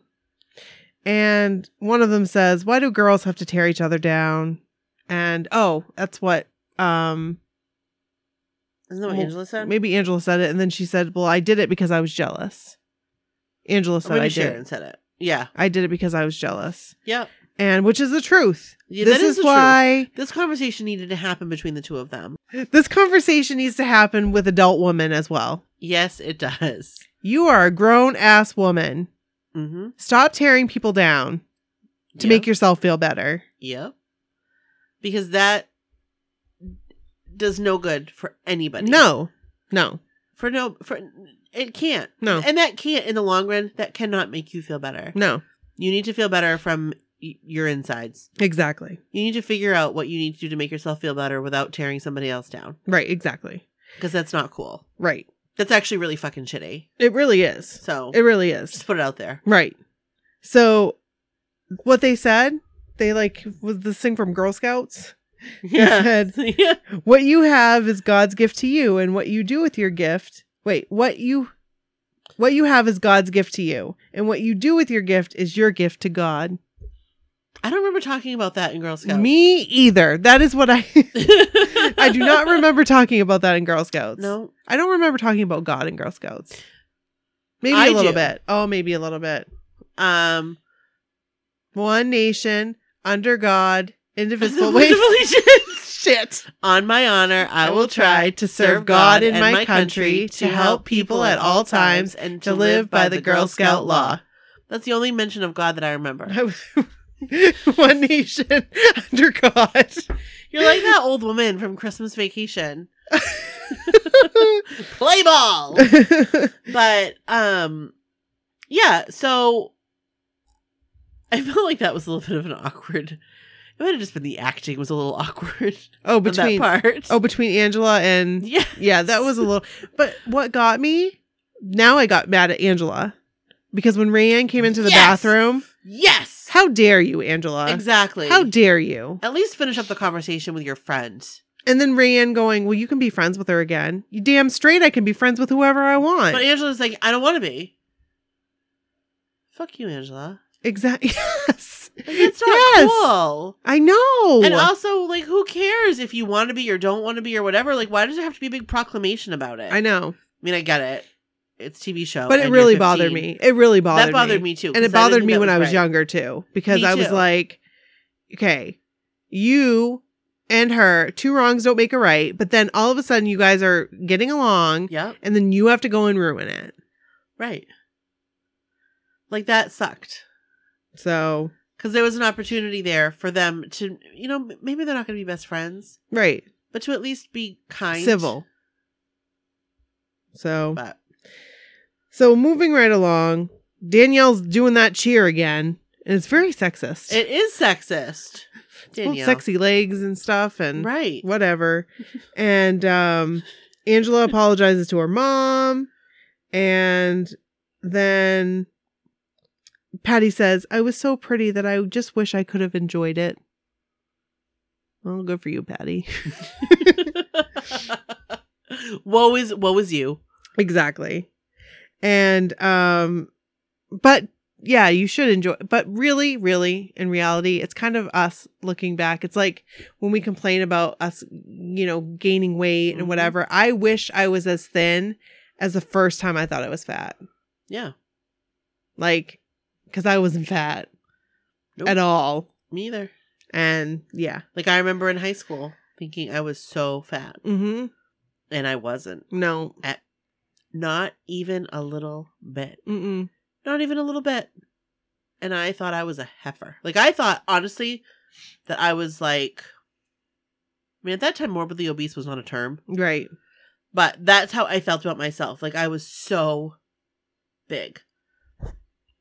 B: And one of them says, Why do girls have to tear each other down? And oh, that's what um
C: Isn't that what
B: Well,
C: Angela said?
B: maybe Angela said it and then she said, Well, I did it because I was jealous. Angela
C: Or
B: said
C: maybe
B: I did.
C: Sharon
B: it.
C: said it. Yeah.
B: I did it because I was jealous.
C: Yep.
B: And which is the truth.
C: Yeah,
B: this
C: that is
B: is,
C: the truth.
B: why
C: This conversation needed to happen between the two of them.
B: this conversation needs to happen with adult women as well.
C: Yes, it does.
B: You are a grown ass woman.
C: Mm-hmm.
B: Stop tearing people down to make yourself feel better.
C: Yep. Because that does no good for anybody.
B: No, no,
C: For no for it can't.
B: No.
C: And that can't in the long run, that cannot make you feel better.
B: no.
C: You need to feel better from y- your insides.
B: Exactly.
C: You need to figure out what you need to do to make yourself feel better without tearing somebody else down
B: Right. Exactly.
C: because that's not cool.
B: Right.
C: That's actually really fucking shitty.
B: It really is.
C: So
B: It really
C: just
B: is.
C: put it out there.
B: Right. So, what they said, they like was this thing from Girl Scouts. Yes.
C: yeah.
B: What you have is God's gift to you, and what you do with your gift. Wait, what you. What you have is God's gift to you, and what you do with your gift is your gift to God.
C: I don't remember talking about that in Girl Scouts.
B: Me either. That is what I I do not remember talking about that in Girl Scouts.
C: No.
B: I don't remember talking about God in Girl Scouts. Maybe
C: I
B: a little
C: do.
B: bit. Oh, maybe a little bit.
C: Um.
B: One nation under God, indivisible.
C: Invisible
B: Wait,
C: Shit. On my honor, I, will try to serve God in my country, to help people at all times, and to live by the Girl Scout law. That's the only mention of God that I remember.
B: one nation under God.
C: You're like that old woman from Christmas Vacation.
B: Oh,
C: Play ball. but um, yeah. So I felt like that was a little bit of an awkward. It might have just been the acting was a little awkward
B: oh,
C: on that
B: between
C: part.
B: oh between Angela and
C: yeah.
B: yeah, that was a little. But what got me? Now I got mad at Angela because when Rayanne came into the
C: Yes!
B: bathroom,
C: Yes.
B: how dare you, Angela?
C: Exactly.
B: How dare you?
C: At least finish up the conversation with your friend.
B: And then Rayanne going, "Well, you can be friends with her again. You damn straight, I can be friends with whoever I want."
C: But Angela's like, I don't want to be. Fuck you, Angela.
B: exactly. Yes.
C: Like, that's not
B: Yes.
C: cool.
B: I know.
C: And also, like, who cares if you want to be or don't want to be or whatever? Like, why does it have to be a big proclamation about it?
B: I know.
C: mean, I get it. It's TV show,
B: But it
C: Oh, and you're
B: really bothered
C: 15.
B: me. It really bothered
C: That bothered me, too,
B: and
C: 'cause
B: it
C: I didn't
B: bothered
C: think
B: me
C: that
B: when I was
C: right.
B: younger too, because
C: Me
B: I was
C: too.
B: like, okay, you and her, two wrongs don't make a right. But then all of a sudden, you guys are getting along,
C: Yep,
B: and then you have to go and ruin it.
C: right. Like that sucked
B: So
C: because there was an opportunity there for them to, you know, m- maybe they're not going to be best friends,
B: right,
C: but to at least be kind,
B: civil. So
C: But
B: so moving right along, Danielle's doing that cheer again, and it's very sexist.
C: it is sexist.
B: It's both
C: Danielle.
B: sexy legs and stuff, and
C: right?
B: whatever. And um Angela apologizes to her mom and then Patty says, "I was so pretty that I just wish I could have enjoyed it." Well, good for you, Patty.
C: woe is woe is you.
B: exactly. And um but yeah, you should enjoy but really really in reality, it's kind of us looking back. It's like when we complain about us, you know, gaining weight and
C: Mhm.
B: whatever. I wish I was as thin as the first time I thought I was fat.
C: Yeah,
B: like because I wasn't fat
C: Nope.
B: at all.
C: Me either.
B: And yeah,
C: Like I remember in high school thinking I was so fat,
B: mm-hmm.
C: and I wasn't.
B: no,
C: Not even a little bit.
B: Mm-mm.
C: Not even a little bit. And I thought I was a heifer. Like I thought honestly that I was like. I mean, at that time, morbidly obese was not a term,
B: right,
C: but that's how I felt about myself. Like I was so big,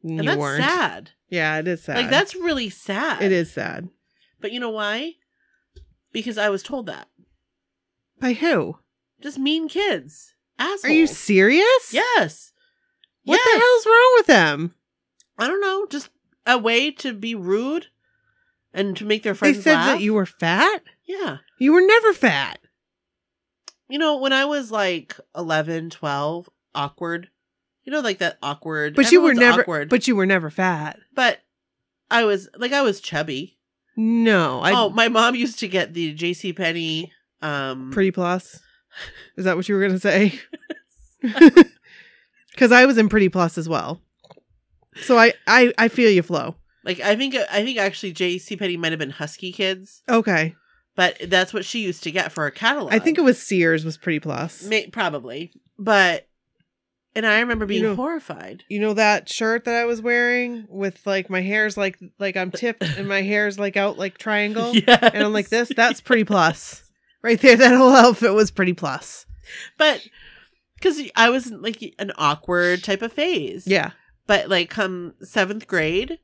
B: And
C: and
B: you
C: that's
B: weren't.
C: sad.
B: Yeah, it is sad.
C: Like that's really sad.
B: it is sad.
C: But you know why? Because I was told that.
B: By who?
C: Just mean kids. Assholes.
B: Are you serious?
C: Yes.
B: What
C: yes.
B: the hell's wrong with them?
C: I don't know. Just a way to be rude and to make their
B: They
C: friends
B: said
C: laugh.
B: that you were fat.
C: Yeah.
B: You were never fat.
C: You know, when I was like 11, 12, awkward. You know, like that awkward.
B: But you were
C: everyone's
B: never.
C: awkward.
B: But you were never fat.
C: but I was like I was chubby.
B: No, I
C: oh, my mom used to get the J.C. Penney. Um,
B: pretty plus. Is that what you were gonna say? Because I was in pretty plus as well. So I I I feel you, Flo.
C: like I think I think actually J.C. Penney might have been husky kids,
B: Okay,
C: but that's what she used to get for her catalog.
B: I think it was Sears was pretty plus.
C: May- probably, but and I remember being
B: know-
C: horrified.
B: you know that shirt that I was wearing with like my hair's like like I'm tipped and my hair's like out like triangle and I'm like
C: Yes.
B: this that's pretty plus. Right there that whole outfit was pretty plus.
C: but because I was in, like an awkward type of phase.
B: Yeah.
C: But like, come seventh grade,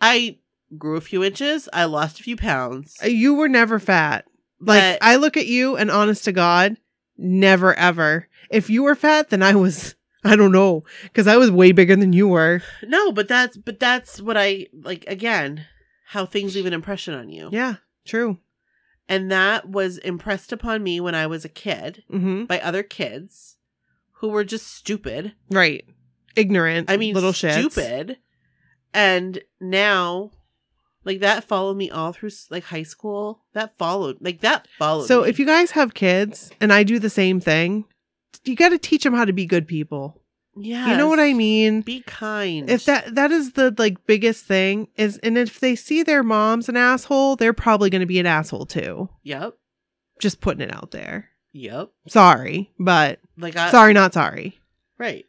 C: I grew a few inches. I lost a few pounds.
B: Uh, You were never fat. Like
C: But-
B: I look at you and honest to god, never ever. If you were fat then I was I don't know cuz I was way bigger than you were.
C: no, but that's but that's what I like again. How things leave an impression on you,
B: Yeah, true.
C: and that was impressed upon me when I was a kid
B: Mhm.
C: by other kids who were just stupid.
B: Right. Ignorant.
C: I mean,
B: little shits.
C: stupid. And now, like that followed me all through like high school. That followed, like that followed.
B: So
C: me.
B: if you guys have kids and I do the same thing, you got to teach them how to be good people.
C: yeah,
B: You know what I mean?
C: Be kind.
B: If that that is the like biggest thing is and if they see their mom's an asshole, they're probably going to be an asshole too.
C: Yep.
B: Just putting it out there.
C: Yep.
B: Sorry, but
C: Like I.
B: sorry not sorry
C: Right.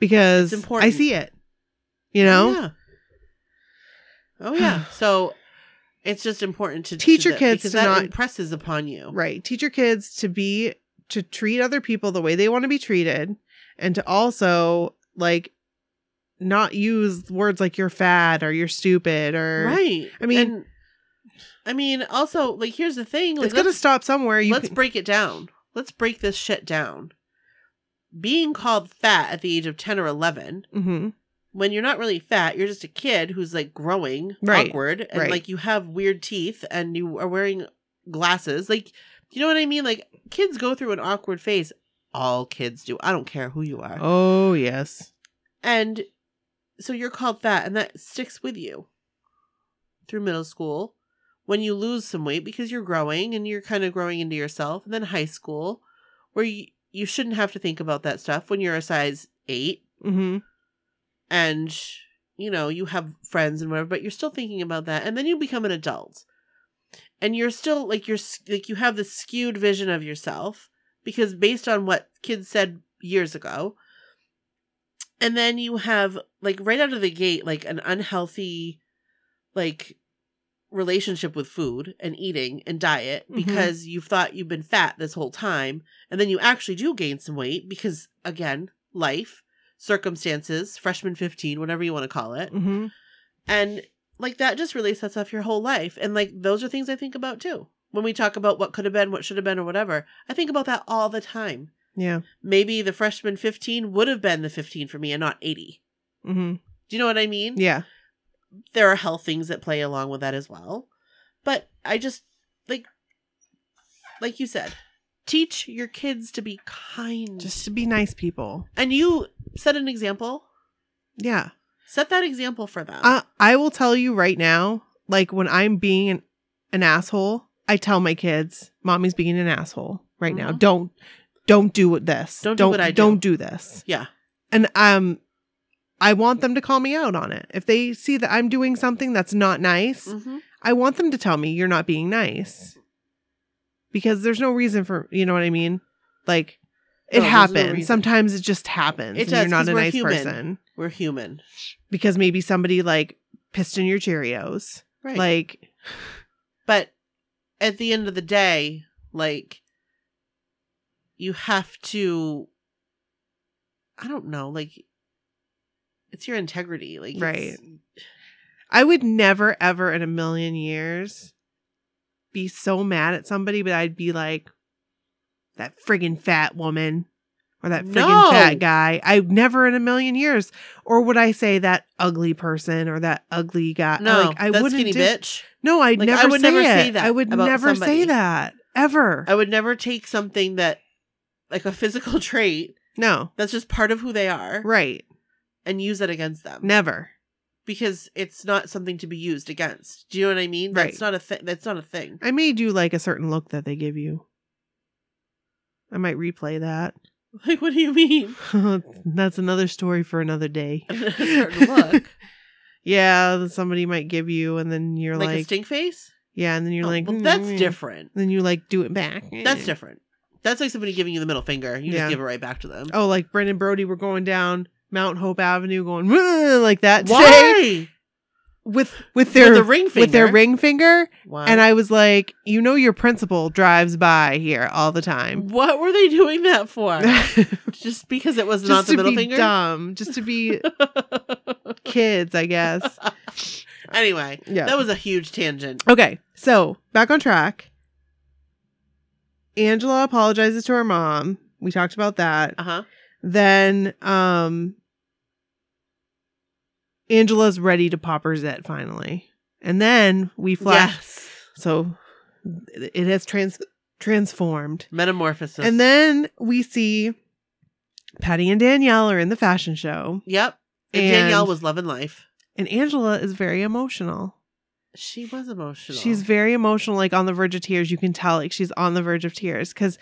B: because
C: Uh, It's
B: I
C: important.
B: see it. You know?
C: Yeah. Oh yeah. so it's just important to
B: Teach
C: to
B: your
C: that-
B: kids
C: because
B: to
C: that
B: not-
C: impresses upon you.
B: Right. Teach your kids to be to treat other people the way they want to be treated and to also like not use words like you're fat or you're stupid or
C: Right.
B: I mean-
C: And- I mean, also like here's the thing. Like,
B: it's going to
C: let's-
B: stop somewhere. You
C: Let's
B: can-
C: break it down. Let's break this shit down. Being called fat at the age of 10 or 11,
B: Mhm.
C: when you're not really fat, you're just a kid who's like growing
B: Right,
C: awkward and
B: right.
C: like you have weird teeth and you are wearing glasses. Like, you know what I mean? Like, kids go through an awkward phase. All kids do. I don't care who you are.
B: Oh, yes.
C: And so you're called fat, and that sticks with you through middle school when you lose some weight because you're growing and you're kind of growing into yourself. And then high school, where you, you shouldn't have to think about that stuff when you're a size eight
B: Mhm.
C: and you know you have friends and whatever but you're still thinking about that and then you become an adult and you're still like you're s- like you have this skewed vision of yourself because based on what kids said years ago and then you have like right out of the gate like an unhealthy like relationship with food and eating and diet
B: Mhm.
C: because you've thought you've been fat this whole time and then you actually do gain some weight because again life circumstances, freshman 15, whatever you want to call it.
B: Mhm.
C: And like that just really sets off your whole life. And like those are things I think about too. When we talk about what could have been, what should have been, or whatever, I think about that all the time.
B: Yeah.
C: Maybe the freshman 15 would have been the 15 for me and not 80.
B: Mhm.
C: Do you know what I mean?
B: Yeah.
C: There are health things that play along with that as well. But I just like, like you said, teach your kids to be kind.
B: Just to be nice people.
C: and you set an example.
B: Yeah.
C: Set that example for them.
B: I I will tell you right now, like when I'm being an, an asshole, I tell my kids, "Mommy's being an asshole right now.
C: Mhm.
B: Don't don't do this.
C: Don't do what I do."
B: don't do this."
C: yeah.
B: And um, I want them to call me out on it. If they see that I'm doing something that's not nice,
C: Mhm.
B: I want them to tell me you're not being nice. Because there's no reason for, you know what I mean? Like it
C: No, there's no
B: happens.
C: reason.
B: Sometimes it just happens.
C: It
B: and you're
C: does,
B: not
C: 'cause
B: a
C: we're
B: nice
C: human.
B: person.
C: We're human.
B: Because maybe somebody like pissed in your Cheerios.
C: Right.
B: Like
C: but at the end of the day, like you have to I don't know, like it's your integrity. Like it's-
B: I would never ever in a million years be so mad at somebody, but I'd be like that friggin' fat woman or that friggin'
C: No.
B: fat guy. I never in a million years. Or would I say that ugly person or that ugly guy?
C: No,
B: like, I
C: that
B: wouldn't
C: skinny
B: do-
C: bitch.
B: No, I'd
C: Like,
B: never,
C: I would
B: say,
C: never
B: it.
C: say that
B: I would
C: about
B: never
C: somebody.
B: say that ever.
C: I would never take something that like a physical trait
B: no,
C: that's just part of who they are
B: right?
C: and use that against them.
B: Never.
C: Because it's not something to be used against. Do you know what I mean?
B: Right.
C: That's not a thing that's not a thing.
B: I may do like a certain look that they give you. I might replay that.
C: Like what do you mean?
B: That's another story for another day.
C: A certain look.
B: Yeah, that somebody might give you, and then you're
C: like,
B: like,
C: a stink face?
B: yeah, and then you're
C: Oh,
B: like,
C: well, that's
B: "Mm."
C: different.
B: Then you like do it back.
C: That's
B: Mm.
C: different. That's like somebody giving you the middle finger. You
B: Yeah.
C: just give it right back to them.
B: Oh, like Brendan Brody, we're going down Mount Hope Avenue, going "Mm," like that today
C: Why?
B: with with their
C: with the ring finger.
B: with their ring finger,
C: Why?
B: and I was like, you know, your principal drives by here all the time.
C: What were they doing that for?
B: Just
C: just because it was not the
B: to
C: middle
B: be
C: finger.
B: dumb, just to be kids, I guess.
C: anyway,
B: Yeah.
C: that was a huge tangent.
B: Okay, so back on track. Angela apologizes to her mom. We talked about that.
C: Uh huh.
B: Then um Angela's ready to pop her zit finally. And then we flash
C: Yes.
B: so it has trans transformed.
C: Metamorphosis.
B: and then we see Patty and Danielle are in the fashion show
C: yep. And,
B: And-
C: Danielle was loving life.
B: and Angela is very emotional.
C: She was emotional.
B: She's very emotional, like on the verge of tears. You can tell, like she's on the verge of tears because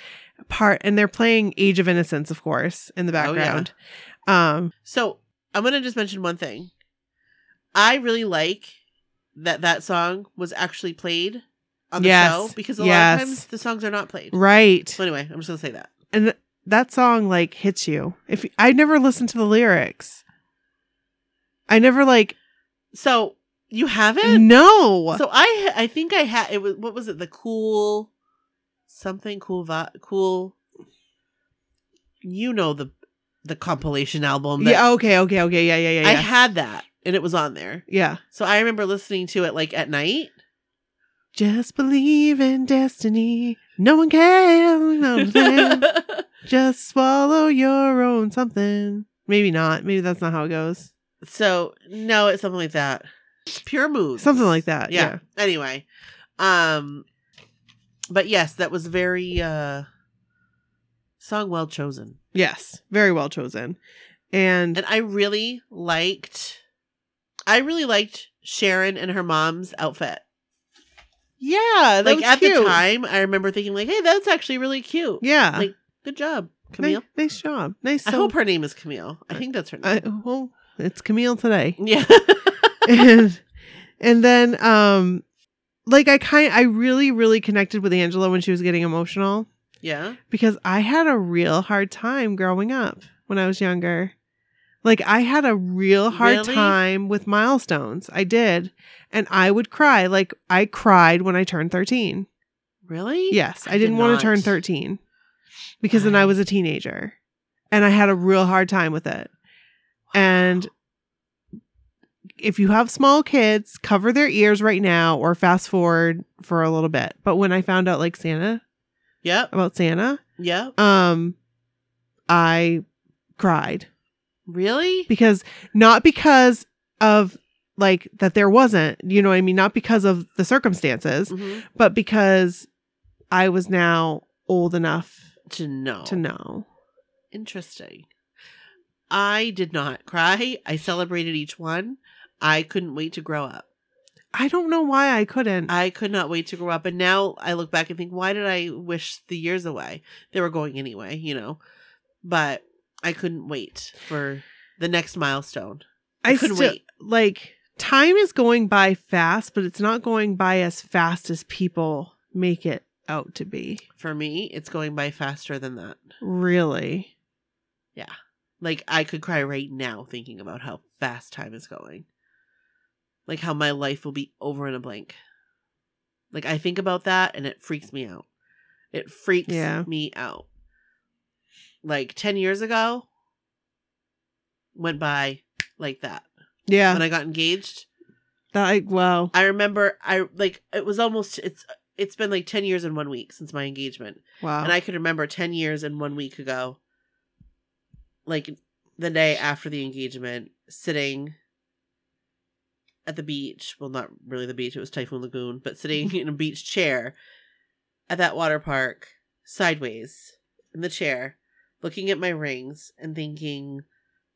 B: part and they're playing Age of Innocence, of course, in the
C: Oh, yeah.
B: background. Um,
C: So I'm gonna just mention one thing. I really like that that song was actually played on the
B: Yes.
C: show because a
B: Yes.
C: lot of times the songs are not played.
B: right,
C: So anyway, I'm just gonna say that.
B: and th- that song like hits you. If I never listened to the lyrics, I never like
C: So you haven't?
B: no.
C: So I ha- I think I had it was what was it the cool something cool vi- cool. You know the the compilation album. That
B: yeah. Okay. Okay. Okay. Yeah. Yeah. Yeah.
C: I
B: Yeah.
C: had that and it was on there.
B: yeah.
C: So I remember listening to it like at night.
B: Just believe in destiny. No one can. No one can. Just swallow your own something. Maybe not. Maybe that's not how it goes.
C: So no, it's something like that. It's pure mood.
B: Something like that,
C: Anyway. Um but yes, that was very uh song well chosen.
B: Yes. Very well chosen. And,
C: And I really liked I really liked Sharon and her mom's outfit.
B: yeah, that
C: Like
B: was
C: at the
B: cute.
C: time I remember thinking like, hey, that's actually really cute.
B: Yeah.
C: like, Good job,
B: Ni-
C: Camille.
B: Nice job. Nice.
C: I
B: so- Uh,
C: hope her name is Camille. I think that's her name.
B: I, well, it's Camille today.
C: yeah.
B: and and then um like I kind I really really connected with Angela when she was getting emotional
C: yeah.
B: because I had a real hard time growing up when I was younger. Like I had a real hard
C: Really?
B: time with milestones. I did. And I would cry. Like I cried when I turned 13.
C: Really?
B: Yes, I,
C: did
B: didn't want
C: not.
B: to turn 13 because then I
C: Right.
B: was a teenager and I had a real hard time with it. And if you have small kids, cover their ears right now or fast forward for a little bit. But when I found out like Santa
C: Yep.
B: about Santa,
C: Yep.
B: um I cried
C: Really?
B: because not because of like that there wasn't, you know what I mean, not because of the circumstances,
C: Mhm.
B: but because I was now old enough
C: To know.
B: to know.
C: Interesting. I did not cry. I celebrated each one. I couldn't wait to grow up.
B: I don't know why I couldn't.
C: I could not wait to grow up. And now I look back and think, why did I wish the years away? They were going anyway, you know. But I couldn't wait for the next milestone.
B: I
C: couldn't
B: still
C: wait.
B: like time is going by fast, but it's not going by as fast as people make it out to be.
C: For me, it's going by faster than that.
B: Really.
C: Like I could cry right now thinking about how fast time is going. Like how my life will be over in a blink. Like I think about that and it freaks me out. It freaks
B: Yeah.
C: me out. Like 10 years ago went by like that.
B: Yeah.
C: When I got engaged,
B: That like wow.
C: I remember I like it was almost it's it's been like 10 years and 1 week since my engagement.
B: Wow.
C: And I could remember 10 years and one week ago, like the day after the engagement, sitting at the beach. Well, not really the beach, it was Typhoon Lagoon, but sitting in a beach chair at that water park, sideways in the chair, looking at my rings and thinking,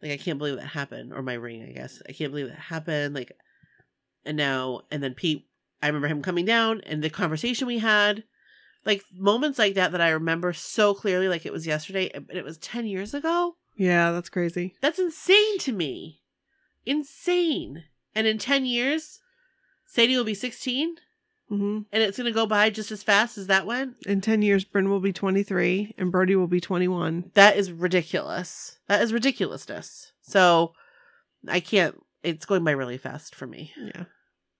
C: like, I can't believe that happened. Or my ring, I guess. I can't believe that happened. Like, and now, and then Pete, I remember him coming down and the conversation we had like moments like that that I remember so clearly, like it was yesterday, and it was 10 years ago.
B: yeah, that's crazy.
C: That's insane to me. Insane. And in 10 years, Sadie will be 16,
B: hmm
C: and it's going to go by just as fast as that went.
B: In ten years, Bryn will be twenty three and Brody will be twenty one.
C: That is ridiculous. That is ridiculousness. So I can't, it's going by really fast for me.
B: Yeah.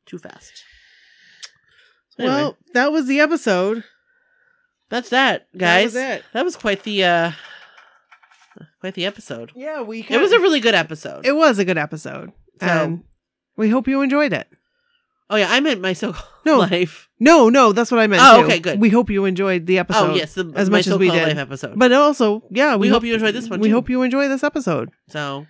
C: Too fast. So anyway,
B: Well, that was the episode,
C: that's that, guys.
B: That was it.
C: That was quite the, uh, quite the episode.
B: Yeah, we.
C: It was a really good episode.
B: It was a good episode.
C: So-
B: and we hope you enjoyed it.
C: Oh yeah, I meant my so-called
B: No.
C: life.
B: No, no, that's what I meant.
C: Oh,
B: too.
C: okay, good.
B: We hope you enjoyed the episode.
C: oh yes, the,
B: as
C: my
B: much as we
C: so-called
B: did.
C: life episode.
B: But also, yeah,
C: We hope you enjoyed this one,
B: We
C: too.
B: hope you enjoy this episode.
C: so,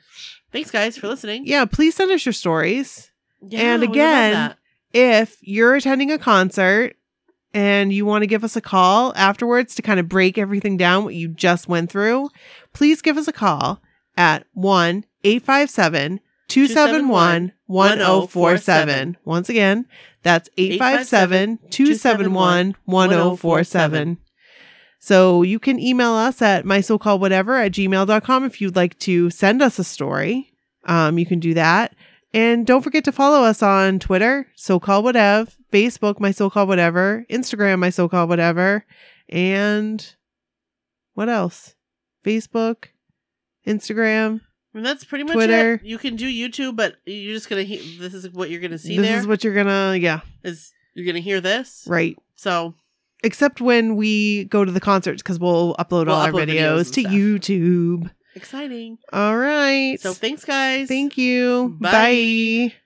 C: thanks guys for listening.
B: Yeah, please send us your stories.
C: Yeah,
B: and
C: we love
B: again-
C: that.
B: If you're attending a concert and you want to give us a call afterwards to kind of break everything down, what you just went through, please give us a call at 1 857 271 1047. Once again, that's 857 271 1047. So you can email us at my so called whatever at gmail.com if you'd like to send us a story. Um, you can do that. And don't forget to follow us on Twitter, so called whatever, Facebook, my so called whatever, Instagram, my so called whatever, and what else? Facebook, Instagram.
C: And that's pretty much
B: Twitter.
C: it. You can do YouTube, but you're just gonna hear. This is what you're gonna see
B: this
C: there.
B: is what you're gonna, yeah,
C: is you're gonna hear this.
B: right.
C: So
B: Except when we go to the concerts because we'll upload
C: We'll
B: all our
C: upload videos
B: videos,
C: and
B: to
C: stuff.
B: YouTube.
C: exciting.
B: All right.
C: So thanks guys.
B: Thank you.
C: Bye.
B: Bye.